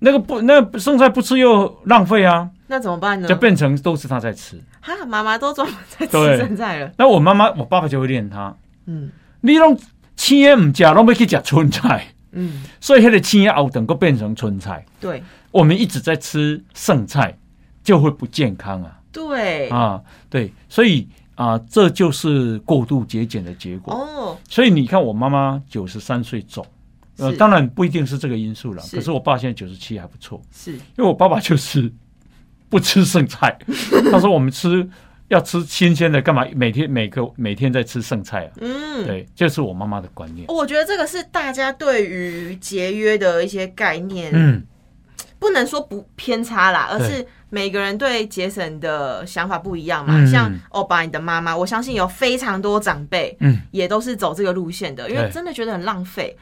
S2: 那个不那个剩菜不吃又浪费啊，
S1: 那怎么办呢
S2: 就？变成都是她在吃。
S1: 哈，妈妈都专门在吃
S2: 对
S1: 剩菜了，
S2: 那我妈妈我爸爸就会念她：
S1: 嗯
S2: 你拢青的唔食，拢要去食春菜， <laughs>
S1: 嗯，
S2: 所以迄个青的后等个变成春菜。
S1: 对
S2: 我们一直在吃剩菜，就会不健康啊。”
S1: 对，
S2: 啊，对，所以啊，这就是过度节俭的结果。
S1: 哦，
S2: 所以你看，我妈妈九十三岁走，呃，
S1: 是
S2: 当然不一定是这个因素了。
S1: 是
S2: 可是我爸现在九十七还不错，
S1: 是
S2: 因为我爸爸就是不吃剩
S1: <laughs>
S2: 菜，他说我们吃要吃新鲜的，干嘛每天每个每天在吃剩菜啊？
S1: 嗯。
S2: 对，这是我妈妈的观念。
S1: 我觉得这个是大家对于节约的一些概念，
S2: 嗯，
S1: 不能说不偏差啦，而
S2: 对
S1: 是每个人对节省的想法不一样嘛。
S2: 嗯
S1: 像欧巴，你的妈妈，我相信有非常多长辈，
S2: 嗯，
S1: 也都是走这个路线的，因为
S2: 对
S1: 真的觉得很浪费。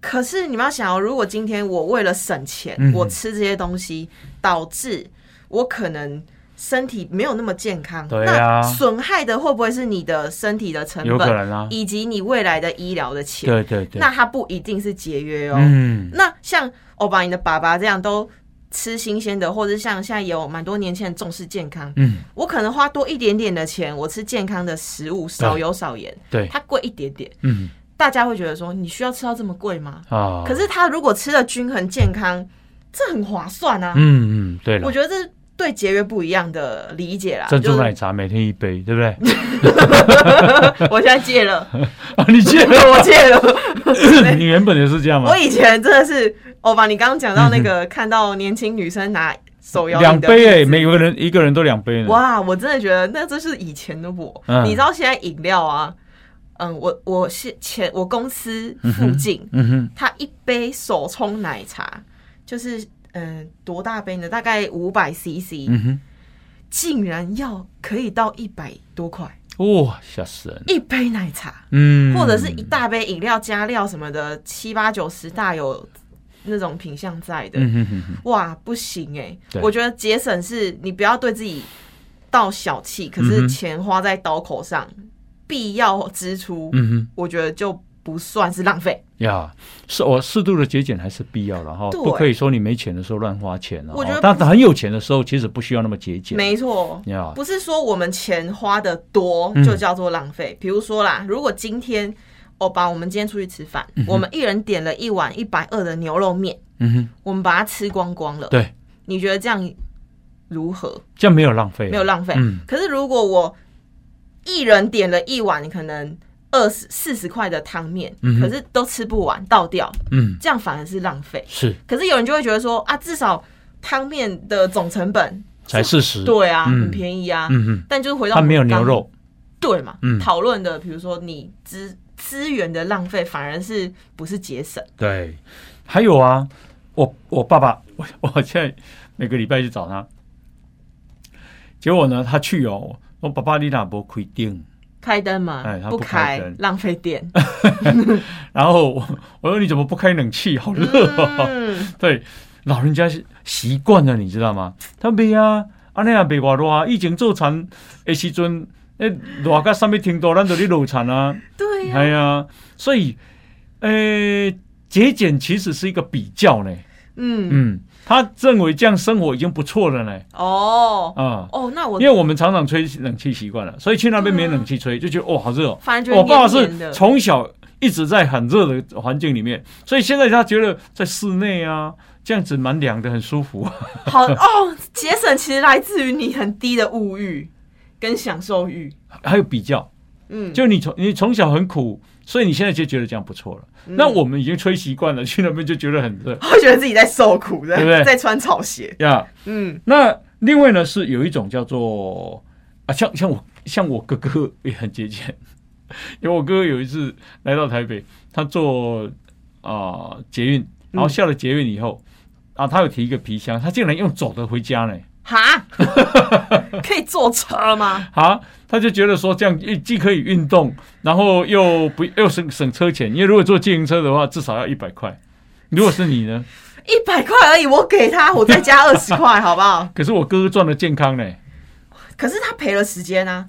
S1: 可是你们要想哦，如果今天我为了省钱，
S2: 嗯
S1: 我吃这些东西，导致我可能身体没有那么健康，
S2: 对
S1: 那
S2: 啊
S1: 损害的会不会是你的身体的成
S2: 有可
S1: 本，
S2: 能啊。
S1: 以及你未来的医疗的钱？
S2: 对对对，
S1: 那它不一定是节约哦。
S2: 嗯，
S1: 那像欧巴你的爸爸这样都吃新鲜的，或者像现在有蛮多年轻人重视健康，
S2: 嗯，
S1: 我可能花多一点点的钱，我吃健康的食物，少油少盐，
S2: 对，
S1: 它贵一点点，
S2: 嗯
S1: 大家会觉得说你需要吃到这么贵吗？
S2: 啊，
S1: 可，是他如果吃的均衡健康，这很划算啊！
S2: 嗯嗯，对了
S1: 我，觉得啊这是对节约不一样的理解啦。
S2: 珍
S1: 就
S2: 珠
S1: 是
S2: 奶茶每天一杯，对不对？
S1: <laughs> 我现在戒了，
S2: <laughs> 啊，你记得
S1: <laughs> 我戒了。
S2: <laughs> 你原本也是这样吗
S1: 我？以前真的是，欧巴，你刚刚讲到那个 <laughs> 看到年轻女生拿手摇饮
S2: 两
S1: 的
S2: 杯
S1: 瓶
S2: 哎、
S1: 子
S2: 每个人一个人都两杯呢。
S1: 哇，我真的觉得那真是以前的我。
S2: 嗯
S1: 你知道现在饮料啊，嗯，我我是前我公司附近，
S2: 嗯哼，
S1: 它一杯手冲奶茶就是嗯多大杯呢？大概五百 CC，、
S2: 嗯哼，
S1: 竟然要可以到一百多块
S2: 哇，吓死人！
S1: 一杯奶茶，
S2: 嗯，
S1: 或者是一大杯饮料加料什么的，七八九十大有那种品相在的。
S2: 嗯哼哼哼，
S1: 哇，不行哎、
S2: 对
S1: 我觉得节省是你不要对自己到小气，可
S2: 嗯
S1: 是
S2: 哼
S1: 钱花在刀口上，必要支出，
S2: 嗯哼，
S1: 我觉得就不算是浪费。
S2: 呀，是我适度的节俭还是必要了哈，
S1: 对
S2: 不可以说你没钱的时候乱花钱了。
S1: 我觉得
S2: 哈但很有钱的时候，其实不需要那么节俭。啊
S1: 没错，
S2: 呀，
S1: 不是说我们钱花的多
S2: 嗯
S1: 就叫做浪费。比如说啦，如果今天欧巴，我们今天出去吃饭，我们一人点了一碗一百二的牛肉面，
S2: 嗯哼，
S1: 我们把它吃光光了，
S2: 对，
S1: 你觉得这样如何？
S2: 这样没有浪费，
S1: 没有浪费。
S2: 嗯
S1: 可是如果我一人点了一碗可能二十四十块的汤面，
S2: 嗯哼
S1: 可是都吃不完，倒掉，
S2: 嗯，
S1: 这样反而是浪费。
S2: 是
S1: 可是有人就会觉得说啊，至少汤面的总成本，
S2: 才事实。，
S1: 对啊，
S2: 嗯
S1: 很便宜啊。
S2: 嗯哼，
S1: 但就是回到
S2: 它没有
S1: 我们刚
S2: 牛肉，
S1: 对嘛
S2: 嗯？
S1: 讨论的，比如说你资资源的浪费，反而是不是节省？
S2: 对。还有啊，我我爸爸， <laughs> 我我现在每个礼拜去找他，结果呢，他去哦，我爸爸你哪不亏定？
S1: 开灯嘛，
S2: 哎他不
S1: 不
S2: 开灯
S1: 浪费
S2: <laughs>
S1: 电。
S2: 然后我我说你怎么不开冷气？好热哦。
S1: 嗯，
S2: 对，老人家是习惯了，你知道吗？他袂啊，安尼也袂偌热啊。以前做田的时阵，诶，热到啥物程度，咱就咧落田啊，
S1: 对呀、
S2: 系啊。所以，诶、节俭其实是一个比较呢。
S1: 嗯，
S2: 嗯，他认为这样生活已经不错了呢。
S1: 哦
S2: 啊、
S1: 哦，那我
S2: 因为我们常常吹冷气习惯了，所以去那边没冷气吹，就觉得哦好热、哦。
S1: 反而觉得
S2: 我爸爸
S1: 黏黏
S2: 是
S1: 的
S2: 从小一直在很热的环境里面，所以现在他觉得在室内啊，这样子蛮凉的，很舒服。 <laughs>
S1: 好哦，节省其实来自于你很低的物欲跟享受欲。
S2: 还有比较，
S1: 嗯， <laughs>
S2: 就你从你从小很苦，所以你现在就觉得这样不错了。
S1: 嗯
S2: 那我们已经吹习惯了，去那边就觉得很热
S1: 会觉得自己在受苦，在
S2: 对不对
S1: 在穿草鞋。
S2: 呀。
S1: 嗯，
S2: 那另外呢是有一种叫做啊，像像我像我哥哥 <laughs> 也很节俭，因为我哥哥有一次来到台北，他坐啊、捷
S1: 嗯
S2: 运，然后下了捷运以后、啊，他有提一个皮箱，他竟然用走的回家呢， <laughs>
S1: 哈，可以坐车吗？
S2: 啊，他就觉得说这样既既可以运动，然后又不又省省车钱，因为如果坐自行车的话，至少要一百块。如果是你呢？
S1: 一百块而已，我给他，我再加二十块，好不好？
S2: 可是我哥哥赚了健康呢，
S1: 可是他赔了时间啊，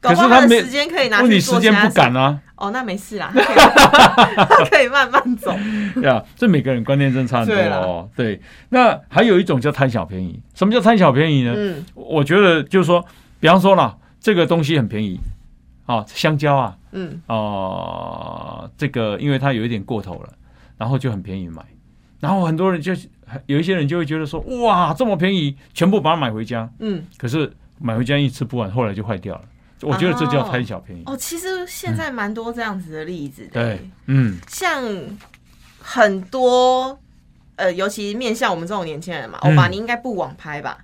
S1: 搞
S2: 可
S1: 不
S2: 是
S1: 好
S2: 他
S1: 的
S2: 没
S1: 时间可以拿
S2: 问
S1: 去
S2: 题
S1: 做
S2: 时
S1: 其
S2: 间
S1: 他
S2: 不
S1: 事。
S2: 赶啊，
S1: 哦，那没事啦，他可以 <laughs> 他可以慢慢走。 <laughs>
S2: 对啊，这每个人观念真的差很多
S1: 对啦
S2: 哦。对，那还有一种叫贪小便宜。什么叫贪小便宜呢？
S1: 嗯
S2: 我觉得就是说，比方说啦，这个东西很便宜，啊，香蕉啊，
S1: 嗯，
S2: 哦、这个因为它有一点过头了，然后就很便宜买，然后很多人就有一些人就会觉得说，哇，这么便宜，全部把它买回家，
S1: 嗯，
S2: 可是买回家一吃不完，后来就坏掉了。我觉得这叫贪小便宜。
S1: 哦，其实现在蛮多这样子的例子的。
S2: 对，嗯，
S1: 像很多呃，尤其面向我们这种年轻人嘛，
S2: 嗯
S1: 欧巴，你应该不网拍吧？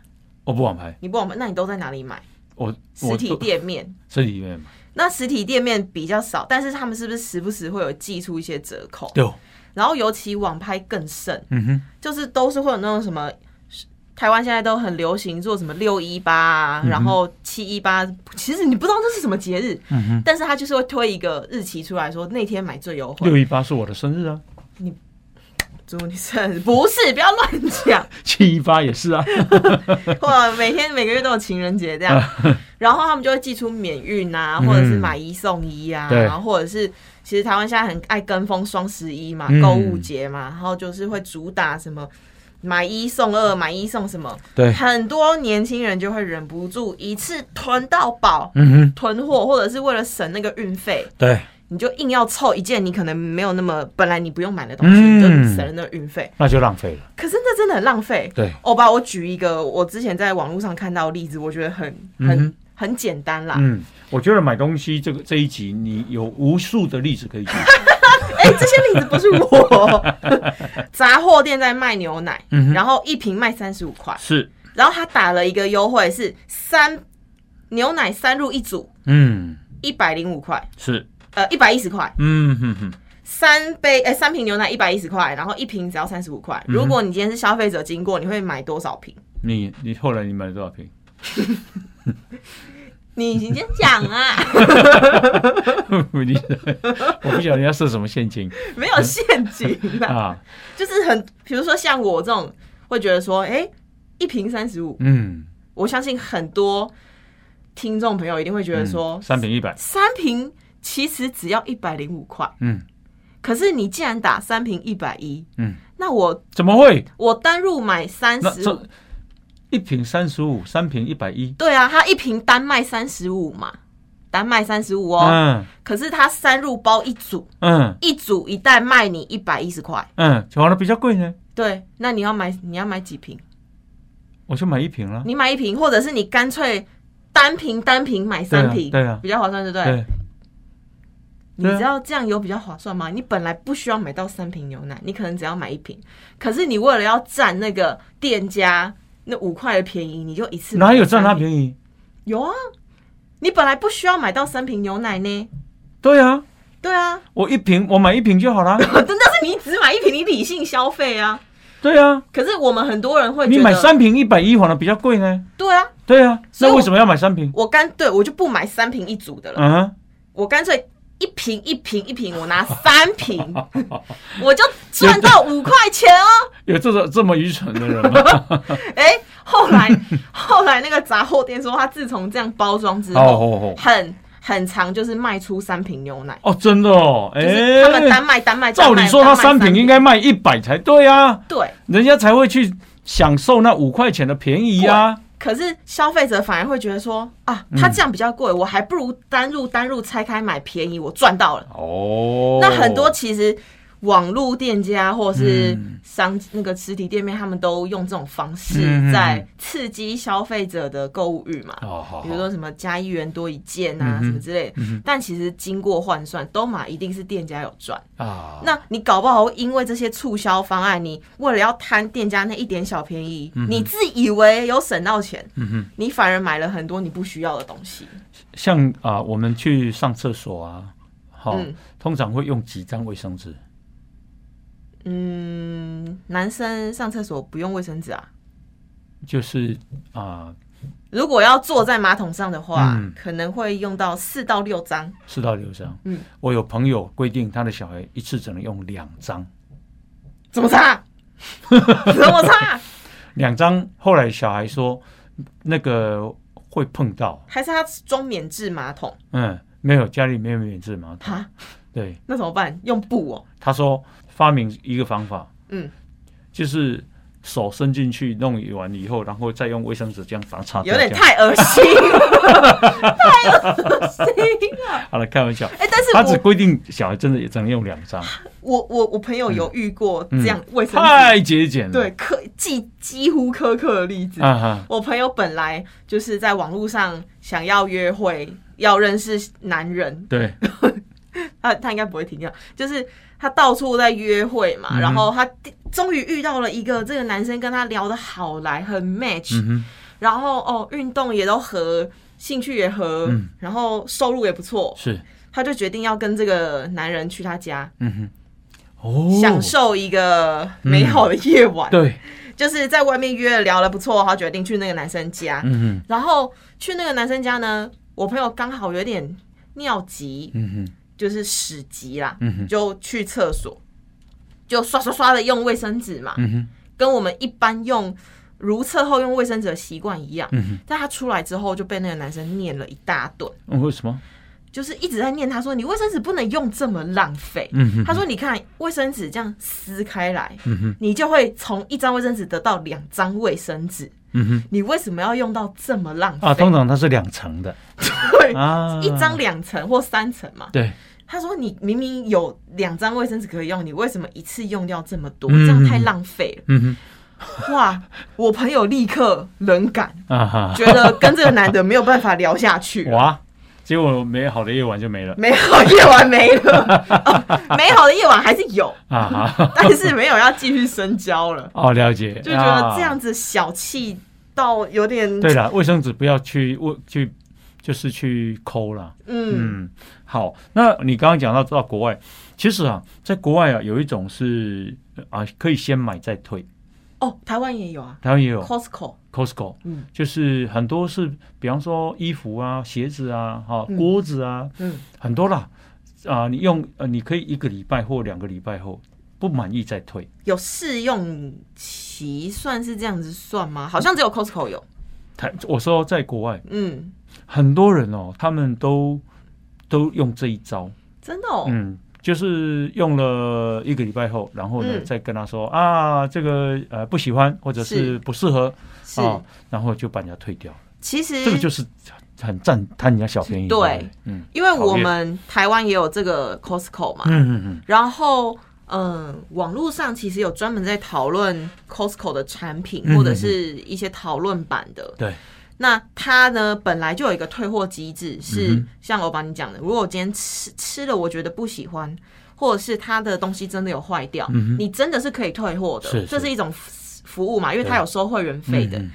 S2: 我不网拍，
S1: 你不网拍，那你都在哪里买？
S2: 我
S1: 实
S2: 我
S1: 体
S2: 都
S1: 店面。
S2: 实体店买，
S1: 那实体店面比较少，但是他们是不是时不时会有寄出一些折扣？
S2: 对哦，
S1: 然后尤其网拍更盛，
S2: 嗯哼。
S1: 就是都是会有那种什么，台湾现在都很流行做什么六一八啊，
S2: 嗯
S1: 然后七一八，其实你不知道这是什么节日，
S2: 嗯哼
S1: 但是他就是会推一个日期出来说那天买最优惠。
S2: 六一八是我的生日啊， <laughs>
S1: 祝你生日，不是不要乱
S2: <laughs>
S1: 讲，
S2: 七一八也是啊。
S1: 或者每天每个月都有情人节这样，
S2: <laughs>
S1: 然后他们就会寄出免运啊，
S2: 嗯
S1: 或者是买一送一啊，
S2: 对
S1: 然后或者是其实台湾现在很爱跟风双十一嘛
S2: 嗯，
S1: 购物节嘛，然后就是会主打什么。买一送二，买一送什么？
S2: 对，
S1: 很多年轻人就会忍不住一次囤到饱，
S2: 嗯哼，
S1: 囤货，或者是为了省那个运费，
S2: 对，
S1: 你就硬要凑一件你可能没有那么本来你不用买的东西，
S2: 嗯
S1: 你就省了那个运费。
S2: 那就浪费了。
S1: 可是那真的很浪费。
S2: 对，
S1: 欧巴，我举一个我之前在网络上看到的例子，我觉得很很、
S2: 嗯
S1: 很简单啦。
S2: 嗯，我觉得买东西这个这一集，你有无数的例子可以举。
S1: 哎、这些例子不是
S2: <laughs>
S1: 我，杂货店在卖牛奶，
S2: 嗯哼
S1: 然后一瓶卖三十五块，
S2: <laughs> 是，
S1: 然后他打了一个优惠是三牛奶三入一组，
S2: 嗯，
S1: 一百零五块，
S2: 是，
S1: 呃，一百一十块，
S2: 嗯哼哼，
S1: 三杯哎、三瓶牛奶一百一十块，然后一瓶只要三十五块。
S2: 嗯
S1: 如果你今天是消费者经过，你会买多少瓶？
S2: 你你后来你买了多少 <laughs> 瓶？
S1: 你你先讲啊， <laughs>
S2: 你 <laughs> 我不晓得你要设什么陷阱
S1: 没有陷阱啦。
S2: 啊？
S1: <laughs> 就是很，比如说像我这种会觉得说，哎、一瓶三十五，
S2: 嗯，嗯
S1: 我相信很多听众朋友一定会觉得说，
S2: 嗯三瓶一百，
S1: 三瓶其实只要一百零五块，
S2: 嗯
S1: 可是你既然打三瓶一百一，
S2: 嗯，
S1: 那我
S2: 怎么会？
S1: 我单入买三
S2: 那
S1: 十五
S2: 这，一瓶三十五，三瓶一百一。
S1: 对啊，他一瓶单卖三十五嘛，单卖三十五哦。
S2: 嗯
S1: 可是他三入包一组，
S2: 嗯
S1: 一组一袋卖你一百一十块，
S2: 嗯，反而比较贵呢，
S1: 对，那你要买你要买几瓶？
S2: 我就买一瓶了。
S1: 你买一瓶，或者是你干脆单瓶单瓶买三瓶，
S2: 对啊对啊
S1: 比较划算，对不对？
S2: 对，
S1: 你知道这样有比较划算吗？你本来不需要买到三瓶牛奶，你可能只要买一瓶，可是你为了要占那个店家那五块的便宜，你就一次买
S2: 哪有占
S1: 三
S2: 他
S1: 瓶？
S2: 便宜？
S1: 有啊，你本来不需要买到三瓶牛奶呢。
S2: 对啊，
S1: 对啊，
S2: 我一瓶我买一瓶就好
S1: <laughs>
S2: 啦。
S1: 但但是你只买一瓶，你理性消费啊。
S2: 对啊，
S1: 可是我们很多人会觉
S2: 你
S1: 得，
S2: 买三瓶一百一反而比较贵呢。
S1: 对啊，
S2: 对啊，
S1: 所以
S2: 那
S1: 我
S2: 为什么要买三瓶？
S1: 我干对我就不买三瓶一组的了，
S2: 嗯哼，
S1: 我干脆一瓶一瓶一瓶，我拿三
S2: <laughs>
S1: 瓶，我就赚到五块钱哦。
S2: 有这种这么愚蠢的人
S1: <laughs>
S2: 吗？
S1: 哎、后来 <laughs> 后来那个杂货店说，他自从这样包装之
S2: 哦
S1: 后，
S2: 哦
S1: 很很长就是卖出三瓶牛奶，
S2: 哦，真的哦，哎、
S1: 就是他们单卖单卖。
S2: 照理说他
S1: 单卖
S2: 三瓶应该卖一百才对啊，
S1: 对，
S2: 人家才会去享受那五块钱的便宜啊。
S1: 可是消费者反而会觉得说啊，
S2: 嗯
S1: 他这样比较贵，我还不如单入单入拆开买便宜，我赚到了。
S2: 哦，
S1: 那很多其实。网络店家或是
S2: 嗯
S1: 商、那个实体店面，他们都用这种方
S2: 嗯嗯
S1: 式
S2: 嗯
S1: 在刺激消费者的购物欲嘛。
S2: 哦，好
S1: 比如
S2: 好，
S1: 说什么加一元多一件
S2: 嗯
S1: 啊，
S2: 哼
S1: 什么之类的。
S2: 嗯
S1: 但其实经过换算，都马一定是店家有赚。
S2: 哼啊，
S1: 那你搞不好因为这些促销方案，你为了要贪店家那一点小便宜，你自以为有省到钱，
S2: 嗯哼。
S1: 你反而买了很多你不需要的东西。
S2: 像啊、我们去上厕所啊，好、
S1: 嗯
S2: 通常会用几张卫生纸？
S1: 嗯，男生上厕所不用卫生纸啊。
S2: 就是啊，
S1: 如果要坐在马桶上的话，
S2: 嗯
S1: 可能会用到四到六张。
S2: 四、到六张。
S1: 嗯，
S2: 我有朋友规定他的小孩一次只能用两张，
S1: 怎么擦？ <laughs> 怎么擦？
S2: 两张。后来小孩说那个会碰到，
S1: 还是他装免治马桶？
S2: 嗯，没有家里没有免治马桶。
S1: 哈，
S2: 对，
S1: 那怎么办？用布哦。
S2: 他说发明一个方法，
S1: 嗯，
S2: 就是手伸进去弄完以后，然后再用卫生纸这样反擦掉
S1: 有
S2: 这样。
S1: 点太恶心了，
S2: <laughs>
S1: 太恶心了。
S2: 好了，开玩笑。
S1: 哎、但是
S2: 他只
S1: 我
S2: 规定小孩真的也只能用两
S1: <laughs>
S2: 张，
S1: 我我我朋友有遇过这样卫生纸、
S2: 太节俭了。
S1: 对苛几几乎苛刻的例子。
S2: 啊哈，
S1: 我朋友本来就是在网络上想要约会，要认识男人，
S2: 对，
S1: 他他应该不会停掉，就是他到处在约会嘛，
S2: 嗯
S1: 然后他终于遇到了一个这个男生跟他聊得好来，很 match，、
S2: 嗯
S1: 然后哦运动也都合，兴趣也合，
S2: 嗯
S1: 然后收入也不错
S2: 哼，，是，
S1: 他就决定要跟这个男人去他家，
S2: 嗯哼，哦，
S1: 享受一个美好的夜晚。
S2: 对，
S1: 就是在外面约了聊了不错，然后决定去那个男生家。
S2: 嗯哼，
S1: 然后去那个男生家呢，我朋友刚好有点尿急，
S2: 嗯哼，
S1: 就是屎急啦，
S2: 嗯哼，
S1: 就去厕所，就刷刷刷的用卫生纸嘛，
S2: 嗯哼，
S1: 跟我们一般用如厕后用卫生纸的习惯一样。
S2: 嗯
S1: 但他出来之后就被那个男生念了一大顿，
S2: 哼，嗯为什么？
S1: 就是一直在念他说：“你卫生纸不能用这么浪费。”
S2: 嗯哼，
S1: 他，说：“你看卫生纸这样撕开来，
S2: 嗯哼，
S1: 你就会从一张卫生纸得到两张卫生纸。
S2: 嗯哼，
S1: 你为什么要用到这么浪费？
S2: 啊，通常它是两层的
S1: 对，
S2: 啊，
S1: 一张，两层或三层嘛。
S2: 对，
S1: 他说：“你明明有两张卫生纸可以用，你为什么一次用掉这么多？
S2: 嗯
S1: 这样太浪费
S2: <laughs>
S1: 了。
S2: 嗯”
S1: 哇！我朋友立刻冷感，
S2: 哼，啊哈，
S1: 觉得跟这个男的没有办法聊下去了。
S2: 哇，结果美好的夜晚就没了
S1: 美好夜晚没
S2: <laughs>
S1: 了、哦美好的夜晚还是有，
S2: 啊哈，
S1: 但是没有要继续深交了。
S2: 哦，了解，
S1: <laughs> 就觉得
S2: 啊
S1: 这样。子小气到有点，
S2: 对了，卫生纸不要去卫去，就是去抠啦。
S1: 嗯，
S2: 嗯，好，那你刚刚讲到到国外，其实啊，在国外啊，有一种是呃啊，可以先买再退，
S1: 哦，台湾也有啊
S2: 台湾也有
S1: ，Costco，
S2: Costco，
S1: 嗯
S2: 就是很多是，比方说衣服啊、鞋子啊、哈、
S1: 嗯
S2: 锅子啊，
S1: 嗯，
S2: 很多啦，啊，你用呃，你可以一个礼拜或两个礼拜后不满意再退，
S1: 有试用期，算是这样子算吗？好像只有 Costco 有，
S2: 台我说在国外
S1: 嗯，
S2: 很多人哦，他们都都用这一招。
S1: 真的哦，
S2: 嗯，就是用了一个礼拜后，然后呢，
S1: 嗯
S2: 再跟他说啊，这个呃不喜欢或者
S1: 是
S2: 是不适合
S1: 是，
S2: 啊，然后就把人家退掉了。
S1: 其实
S2: 这个就是很占贪人家小便宜。
S1: 对
S2: 不嗯
S1: 因为我们台湾也有这个 Costco 嘛，
S2: 嗯嗯嗯，
S1: 然后嗯，网络上其实有专门在讨论 Costco 的产品，
S2: 嗯
S1: 或者是一些讨论版的。
S2: 对，
S1: 那它呢本来就有一个退货机制，是、
S2: 嗯
S1: 像我把你讲的，如果我今天吃吃了，我觉得不喜欢，或者是它的东西真的有坏掉，
S2: 嗯哼
S1: 你真的是可以退货的，
S2: 是是
S1: 这是一种服服务嘛，因为它有收会员费的。
S2: 嗯嗯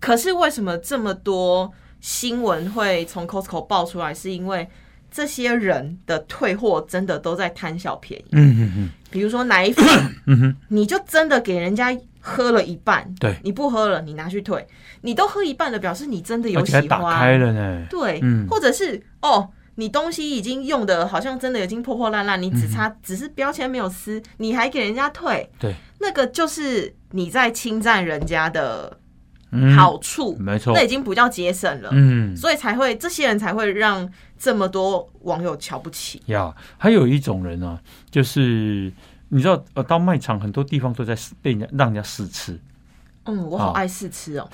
S1: 可是为什么这么多新闻会从 Costco 爆出来？是因为这些人的退货真的都在贪小便宜。
S2: 嗯嗯嗯，
S1: 比如说奶
S2: <coughs>
S1: 粉，你就真的给人家喝了一半，
S2: 对
S1: 你不喝了，你拿去退，你都喝一半了，表示你真的有
S2: 而
S1: 喜
S2: 且还
S1: 欢，
S2: 打开了呢。
S1: 对，
S2: 嗯
S1: 或者是哦。你东西已经用的好像真的已经破破烂烂，你
S2: 嗯
S1: 只差、只是标签没有撕，你还给人家退，
S2: 对，
S1: 那个就是你在侵占人家的
S2: 嗯，
S1: 啊好处，
S2: 没错
S1: 那已经不叫节省了，
S2: 嗯
S1: 所以才会这些人才会让这么多网友瞧不起。
S2: 呀，还有一种人啊，就是你知道，呃，到卖场很多地方都在试被人家让人家试吃。
S1: 嗯，我好
S2: 啊
S1: 爱试吃哦，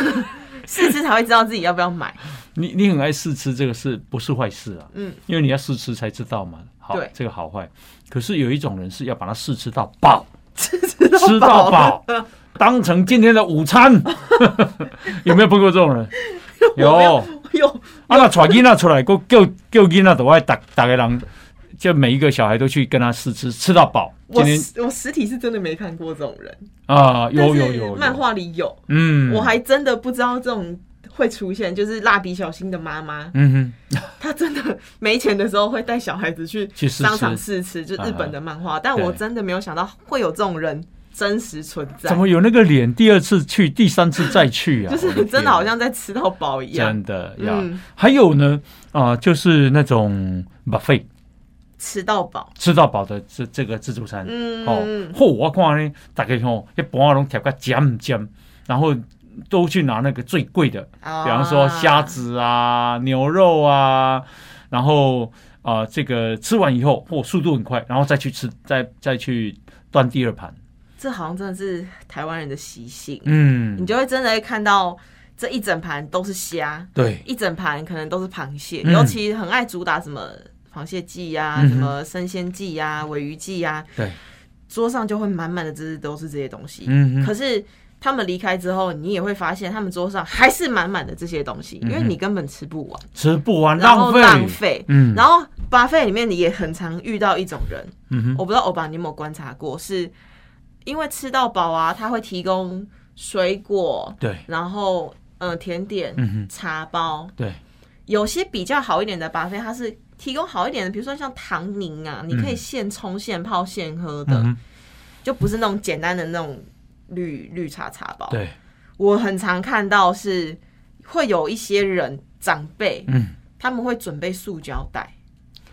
S1: <laughs> 试吃才会知道自己要不要买。
S2: 你你很爱试吃，这个是不是坏事啊？
S1: 嗯，
S2: 因为你要试吃才知道嘛，好
S1: 对，
S2: 这个好坏。可是有一种人是要把它试吃到饱，
S1: <laughs> <laughs> 吃
S2: 吃到
S1: <laughs>
S2: 饱，当成今天的午餐。有没有碰过这种人？
S1: 我 <laughs> 没有
S2: 有，
S1: 有
S2: 啊，那传囡仔出来，够够够囡仔都爱哎打打个人，就每一个小孩都去跟他试吃，吃到饱。
S1: 我
S2: 今天
S1: 实我实体是真的没看过这种人，
S2: 啊，
S1: 但
S2: 有
S1: 是
S2: 有有，有
S1: 漫，画里有，
S2: 嗯，
S1: 我还真的不知道这种会出现，就是蜡笔小新的妈妈，
S2: 嗯哼，
S1: 她真的没钱的时候会带小孩子去
S2: 去试吃啊
S1: 商场试吃，就日本的漫画，但我真的没有想到会有这种人真实存在
S2: 怎，么有那个脸？第二次去，第三次再去啊？
S1: 就
S2: 我
S1: 是真
S2: 天
S1: 的好像在吃到饱一样
S2: 真，的呀。
S1: 嗯
S2: 还有呢，啊、就是那种 buffet
S1: 吃到饱。
S2: 吃到饱的这这个自助餐，
S1: 嗯
S2: 哦，或我看呢，大概吼一般拢贴个尖尖，然后都去拿那个最贵的，比
S1: 比
S2: 方说虾子啊、牛肉啊，然后啊、这个吃完以后，或、速度很快，然后再去吃，再再去端第二盘，
S1: 这好像真的是台湾人的习性，你
S2: 嗯，
S1: 就会真的会看到这一整盘都是虾，
S2: 对，
S1: 一整盘可能都是螃蟹，
S2: 嗯
S1: 尤其很爱主打什么螃蟹季呀、
S2: 嗯哼
S1: 什么生鲜季呀、尾鱼季呀、
S2: 对，
S1: 桌上就会满满的这都是这些东西。
S2: 嗯哼
S1: 可是他们离开之后，你也会发现他们桌上还是满满的这些东西，因为
S2: 嗯哼
S1: 你根本吃不完，
S2: 吃不完，
S1: 然后
S2: 费，
S1: 浪费。
S2: 嗯，
S1: 然后巴菲里面你也很常遇到一种人，
S2: 嗯哼，
S1: 我不知道欧巴你有没有观察过，是因为吃到饱啊，他会提供水果，
S2: 对，
S1: 然后嗯、呃甜点、
S2: 嗯哼，
S1: 茶包，
S2: 对，
S1: 有些比较好一点的巴菲，它是提供好一点的，比如说像糖凝啊，你可以现冲、现泡、现喝的，
S2: 嗯哼，
S1: 就不是那种简单的那种绿绿茶茶包。
S2: 对，
S1: 我很常看到是会有一些人长辈，
S2: 嗯。
S1: 他们会准备塑胶袋。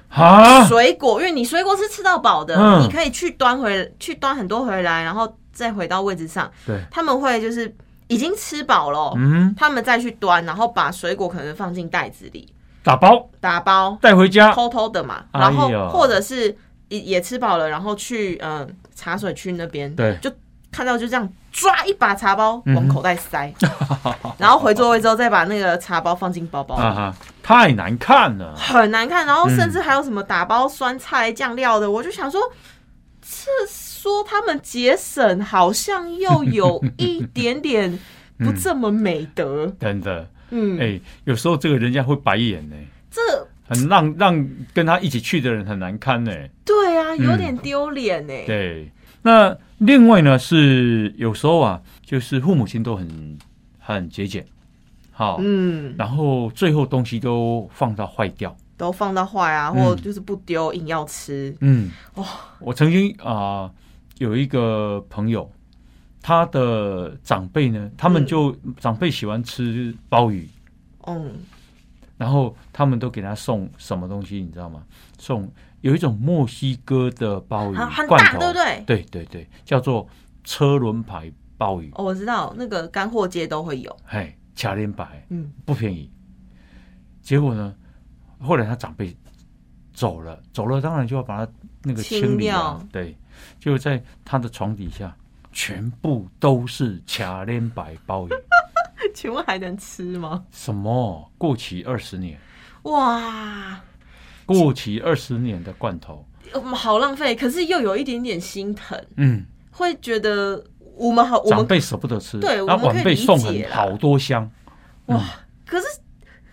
S2: 啊，
S1: 水果，因为你水果是吃到饱的，
S2: 嗯
S1: 你可以去端回去端很多回来，然后再回到位置上。
S2: 对，
S1: 他们会就是已经吃饱了，
S2: 嗯，
S1: 他们再去端，然后把水果可能放进袋子里
S2: 打包
S1: 打包，
S2: 带回家，
S1: 偷偷的嘛，
S2: 哎
S1: 然后
S2: 呦
S1: 或者是也也吃饱了，然后去嗯、呃茶水区那边，
S2: 对
S1: 就看到就这样抓一把茶包
S2: 嗯哼
S1: 往口袋
S2: <laughs>
S1: 塞，然后回座位之后再把那个茶包放进包包里。
S2: 啊哈，太难看了，
S1: 很难看，然后
S2: 嗯
S1: 甚至还有什么打包酸菜酱料的，我就想说，这说他们节省好像又有一点
S2: <laughs>
S1: 点不这么美德，
S2: 真的，
S1: 嗯，
S2: 嗯哎，有时候这个人家会白眼呢，
S1: 这
S2: 很让让跟他一起去的人很难堪呢，
S1: 对啊，有点丢脸哎，
S2: 嗯对。那另外呢是有时候啊，就是父母亲都很很节俭，好，
S1: 嗯，
S2: 然后最后东西都放到坏掉，
S1: 都放到坏啊，
S2: 嗯
S1: 或就是不丢，硬要吃，
S2: 嗯，
S1: 哇
S2: 我曾经啊、有一个朋友，他的长辈呢，他们就、长辈喜欢吃鲍鱼，
S1: 嗯，
S2: 然后他们都给他送什么东西，你知道吗？送有一种墨西哥的鲍鱼
S1: 啊很很
S2: 罐
S1: 大，
S2: 头，
S1: 对不对？
S2: 对对对叫做车轮牌鲍鱼，
S1: 哦，我知道那个干货街都会有，
S2: 嘿，卡连白
S1: 嗯， <laughs>
S2: 不便宜。结果呢，后来他长辈走了，走了当然就要把他那个清理啊
S1: 清掉。
S2: 对，就在他的床底下，全部都是卡连白鲍
S1: <laughs>
S2: 鱼，
S1: 请问还能吃吗？
S2: 什么过期二十年，
S1: 哇，
S2: 过期二十年的罐头，
S1: 我们好浪费，可是又有一点点心疼，
S2: 嗯，
S1: 会觉得我们好，我
S2: 长
S1: 们
S2: 辈舍不得吃，
S1: 对我
S2: 那
S1: 们可以
S2: 晚辈
S1: 理解
S2: 送很
S1: 啦
S2: 好多箱，
S1: 哇，可是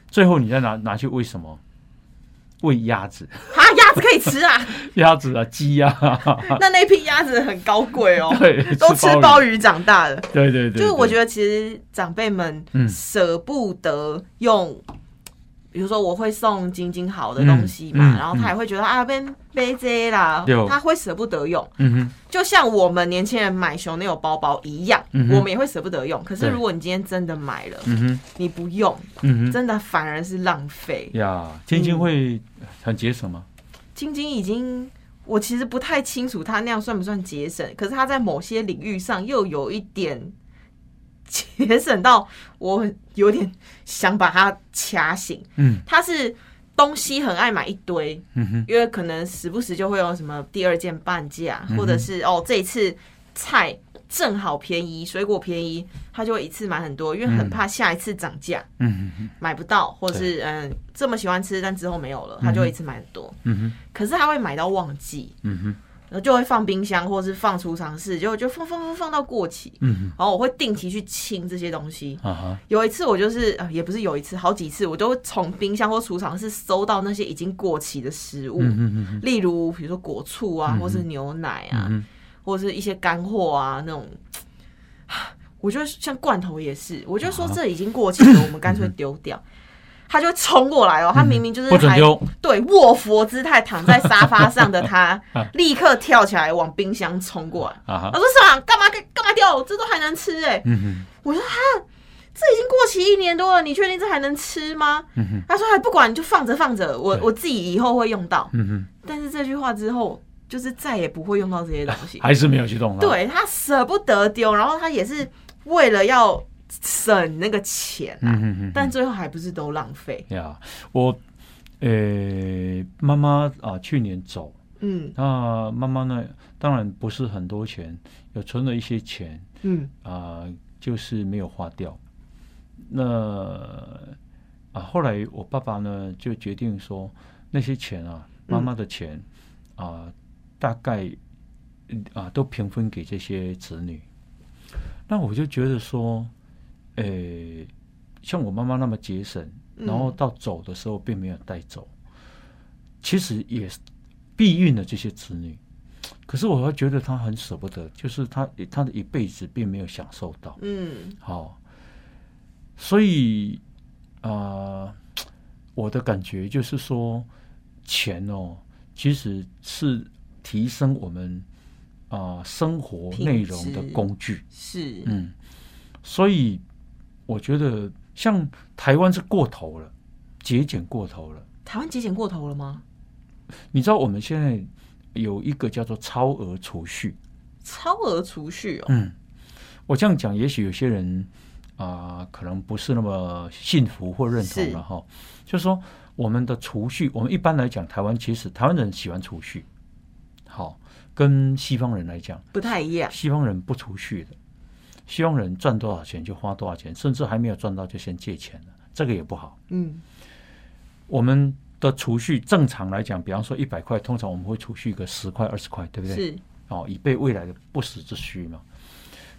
S2: 最后你再拿拿去喂什么？喂鸭子，
S1: 啊，鸭子可以吃
S2: <laughs>
S1: 啊，
S2: 鸭子啊，鸡呀、啊， <laughs>
S1: 那那批鸭子很高贵哦，
S2: 对，
S1: 都吃鲍
S2: 鱼，
S1: 鱼长大的。
S2: 对对对
S1: 就是我觉
S2: 得，
S1: 得其实长辈们
S2: 嗯
S1: 舍不得用，比如说我会送晶晶好的东西嘛，
S2: 嗯嗯
S1: 然后他也会觉得、啊被被这啦
S2: 有，
S1: 他会舍不得用。
S2: 嗯哼，
S1: 就像我们年轻人买熊那有包包一样，
S2: 嗯哼
S1: 我们也会舍不得用。可是
S2: 对
S1: 如果你今天真的买了，
S2: 嗯哼，
S1: 你不用，
S2: 嗯哼，
S1: 真的反而是浪费。
S2: 呀，天津
S1: 嗯
S2: 会很节省吗？
S1: 晶晶已经。我其实不太清楚他那样算不算节省，可是他在某些领域上又有一点节省到我有点想把他掐醒。
S2: 嗯
S1: 他是东西很爱买一堆，
S2: 嗯哼，
S1: 因为可能时不时就会有什么第二件半价，
S2: 嗯哼
S1: 或者是哦这一次菜正好便宜，水果便宜，他就会一次买很多，因为很怕下一次涨价、
S2: 嗯哼嗯哼，
S1: 买不到，或者是嗯这么喜欢吃但之后没有了，他就会一次买很多。
S2: 嗯哼，
S1: 可是他会买到忘记，
S2: 嗯哼，
S1: 然后就会放冰箱或是放储藏室，结果就放放放放到过期。
S2: 嗯
S1: 然后我会定期去清这些东西，
S2: 哼，啊哈，
S1: 有一次我就是，呃、也不是有一次，好几次我都会从冰箱或储藏室搜到那些已经过期的食物，
S2: 嗯哼嗯哼，
S1: 例如比如说果醋啊，或是牛奶啊，
S2: 嗯哼，
S1: 或是一些干货啊那种。 <sighs> 我觉得像罐头也是，我就说
S2: 啊
S1: 这已经过期了，我们干脆丢掉。他就会冲过来哦，他明明就是
S2: 嗯不准
S1: 还
S2: 丢，
S1: 对卧佛姿态躺在沙发上的
S2: <laughs>
S1: 他，立刻跳起来往冰箱冲过来。
S2: 啊
S1: 他
S2: 哈，
S1: 说什么？干嘛干干嘛丢？这都还能吃哎、
S2: 嗯哼，
S1: 我说哈，这已经过期一年多了，你确定这还能吃吗？
S2: 嗯哼，
S1: 他说还不管，你就放着放着，我
S2: 对
S1: 我自己以后会用到。
S2: 嗯哼，
S1: 但是这句话之后，就是再也不会用到这些东西。
S2: 还是没有去动它，，
S1: 对他舍不得丢，然后他也是为了要省那个钱啊，
S2: 嗯哼哼，
S1: 但最后还不是都浪费。
S2: 呀，我，呃，妈妈啊，去年走，
S1: 嗯
S2: 那妈妈呢，当然不是很多钱，有存了一些钱，
S1: 嗯
S2: 啊、就是没有花掉。那啊，后来我爸爸呢就决定说，那些钱啊，妈妈的钱啊、大概嗯啊、都平分给这些子女。那我就觉得说，呃，像我妈妈那么节省，
S1: 嗯
S2: 然后到走的时候并没有带走，其实也是避孕了这些子女。可是我又觉得他很舍不得，就是他他的一辈子并没有享受到。
S1: 嗯
S2: 好、所以啊、呃我的感觉就是说，钱哦，其实是提升我们啊、生活内容的
S1: 品质
S2: 工具。
S1: 是
S2: 嗯，所以我觉得像台湾是过头了，节俭过头了。
S1: 台湾节俭过头了吗？
S2: 你知道我们现在有一个叫做超额储蓄。
S1: 超额储蓄哦，
S2: 嗯，我这样讲，也许有些人啊、可能不是那么信服或认同
S1: 是
S2: 了哈。就是说，我们的储蓄，我们一般来讲，台湾其实台湾人喜欢储蓄，好，跟西方人来讲，
S1: 不太一样。
S2: 西方人不储蓄的，西方人赚多少钱就花多少钱，甚至还没有赚到就先借钱了，这个也不好。
S1: 嗯
S2: 我们的储蓄正常来讲，比方说一百块，通常我们会储蓄个十块、二十块，对不对？
S1: 是
S2: 哦，以备未来的不时之需嘛。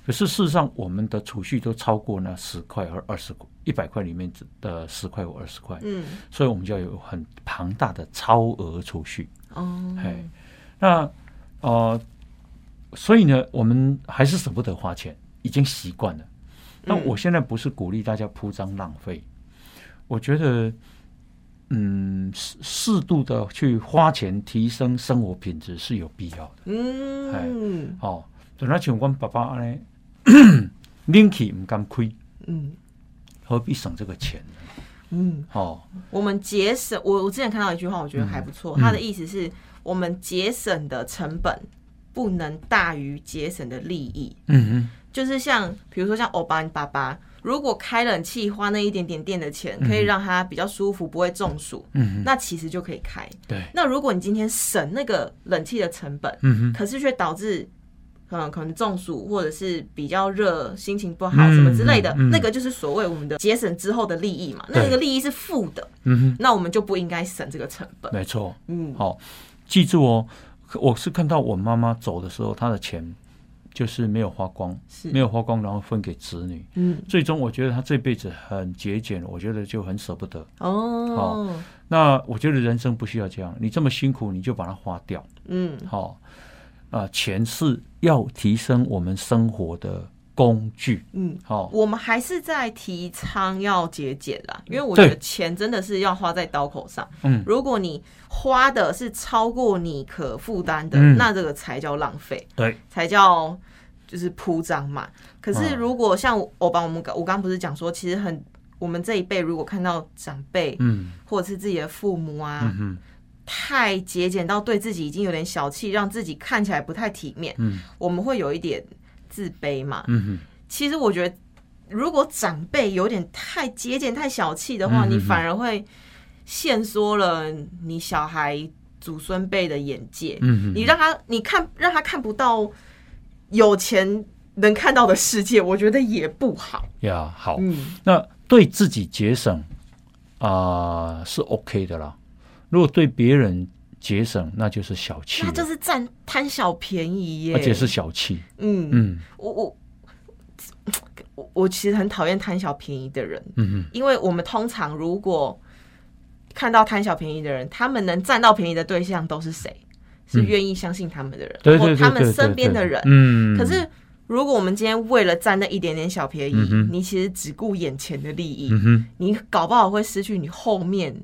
S2: 可是事实上，我们的储蓄都超过那十块和二十一百块里面的十块或二十块，
S1: 嗯
S2: 所以我们就要有很庞大的超额储蓄。
S1: 哦
S2: 哎，那呃，所以呢，我们还是舍不得花钱，已经习惯了。那
S1: 嗯
S2: 我现在不是鼓励大家铺张浪费，我觉得，嗯，适适度的去花钱提升生活品质是有必要的。
S1: 嗯
S2: 哦，就那像阮爸爸安尼， <clears throat> 拎起唔敢开，
S1: 嗯
S2: 何必省这个钱呢？
S1: 嗯，
S2: 哦，
S1: 我们节省，我我之前看到一句话，我觉得还不错，
S2: 嗯
S1: 他的意思是我们节省的成本不能大于节省的利益，
S2: 嗯
S1: 就是像比如说像欧巴你爸爸，如果开冷气花那一点点电的钱，可以让它比较舒服，不会中暑，
S2: 嗯哼，
S1: 那其实就可以开。
S2: 对，
S1: 那如果你今天省那个冷气的成本，
S2: 嗯
S1: 可是却导致嗯可能中暑或者是比较热、心情不好什么之类的，
S2: 嗯嗯嗯
S1: 那个就是所谓我们的节省之后的利益嘛。那
S2: 对
S1: 那个利益是负的，
S2: 哼，嗯
S1: 那我们就不应该省这个成本
S2: 哼，。没错。
S1: 嗯，
S2: 好、记住哦，我是看到我妈妈走的时候，她的钱就是没有花光，
S1: 是
S2: 没有花光，然后分给子女。
S1: 嗯
S2: 最终，我觉得她这辈子很节俭，我觉得就很舍不得。
S1: 哦，
S2: 那我觉得人生不需要这样，你这么辛苦，你就把它花掉。
S1: 嗯
S2: 好、啊、钱是要提升我们生活的工具。
S1: 嗯。
S2: 好、
S1: 我们还是在提倡要节俭啦，因为我
S2: 对
S1: 觉得钱真的是要花在刀口上。
S2: 嗯
S1: 如果你花的是超过你可负担的，
S2: 嗯
S1: 那这个才叫浪费，
S2: 对，嗯
S1: 才叫就是铺张嘛。可是如果像我把我们刚我刚不是讲说，其实很我们这一辈如果看到长辈
S2: 嗯
S1: 或者是自己的父母啊，
S2: 嗯哼，
S1: 太节俭到对自己已经有点小气，让自己看起来不太体面，
S2: 嗯
S1: 我们会有一点自卑嘛。
S2: 嗯哼，
S1: 其实我觉得，如果长辈有点太节俭、太小气的话，
S2: 嗯嗯嗯
S1: 你反而会限缩了你小孩祖孙辈的眼界。
S2: 嗯哼，
S1: 你让他，你看，让他看不到有钱能看到的世界，我觉得也不好。
S2: 呀，好，
S1: 嗯，
S2: 那对自己节省啊、是 OK 的啦。如果对别人节省，那就是小气
S1: 那
S2: 了，
S1: 就是占贪小便宜耶。
S2: 而且是，小气。
S1: 嗯，
S2: 嗯
S1: 我我我我其实很讨厌贪小便宜的人。
S2: 嗯嗯，
S1: 因为我们通常如果看到贪小便宜的人，他们能占到便宜的对象都是谁？是
S2: 嗯
S1: 愿意相信他们的人，
S2: 对
S1: 或
S2: 对对对
S1: 他们
S2: 对
S1: 身边
S2: 对
S1: 的人。
S2: 嗯，
S1: 可是，如果我们今天为了占那一点点小便宜，
S2: 嗯哼
S1: 你其实只顾眼前的利益，
S2: 嗯哼，
S1: 你搞不好会失去你后面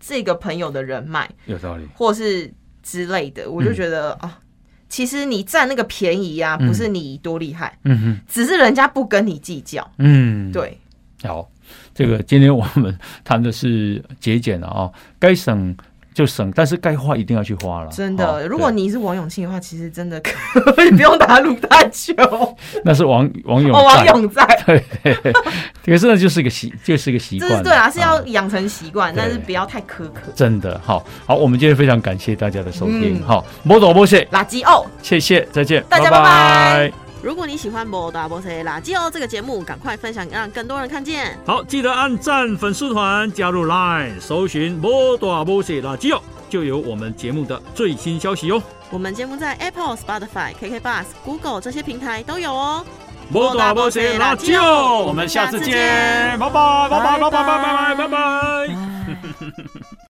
S1: 这个朋友的人脉，
S2: 有道理。
S1: 或是之类的。我就觉得、
S2: 嗯
S1: 啊，其实你占那个便宜啊，不是你多厉害，
S2: 嗯哼，
S1: 只是人家不跟你计较。
S2: 嗯，。
S1: 对，
S2: 好，这个今天我们谈的是节俭了啊，该省就省，但是该花一定要去花了。
S1: 真的，
S2: 哦
S1: 如果
S2: 对
S1: 你是王永庆的话，其实真的可 <laughs> 以不用打卤蛋
S2: <laughs>
S1: 球。哦，
S2: 那是王王勇
S1: 王
S2: 在，
S1: 永在，
S2: 对， <laughs> 对对可是那就是一个习，就是一个习
S1: 这
S2: 惯了。
S1: 是对啊，是
S2: 啊
S1: 要养成习惯，
S2: 对
S1: 但是不要太苛刻。
S2: 真的好，好，我们今天非常感谢大家的收听，
S1: 嗯
S2: 好，摩多波谢，
S1: 垃圾哦！
S2: 谢谢，再见，
S1: 大家拜
S2: 拜
S1: 拜如果你喜欢《摩打波塞垃圾哦》这个节目，赶快分享，让更多人看见。
S3: 好，记得按赞粉丝团，加入 Line，搜寻“摩大摩西垃圾哦”，就有我们节目的最新消息哦。
S1: 我们节目在 Apple、Spotify、KK Bus、Google 这些平台都有哦。
S3: 摩大摩西垃圾哦，我们下次见，拜拜，拜拜，拜拜，拜拜，拜拜。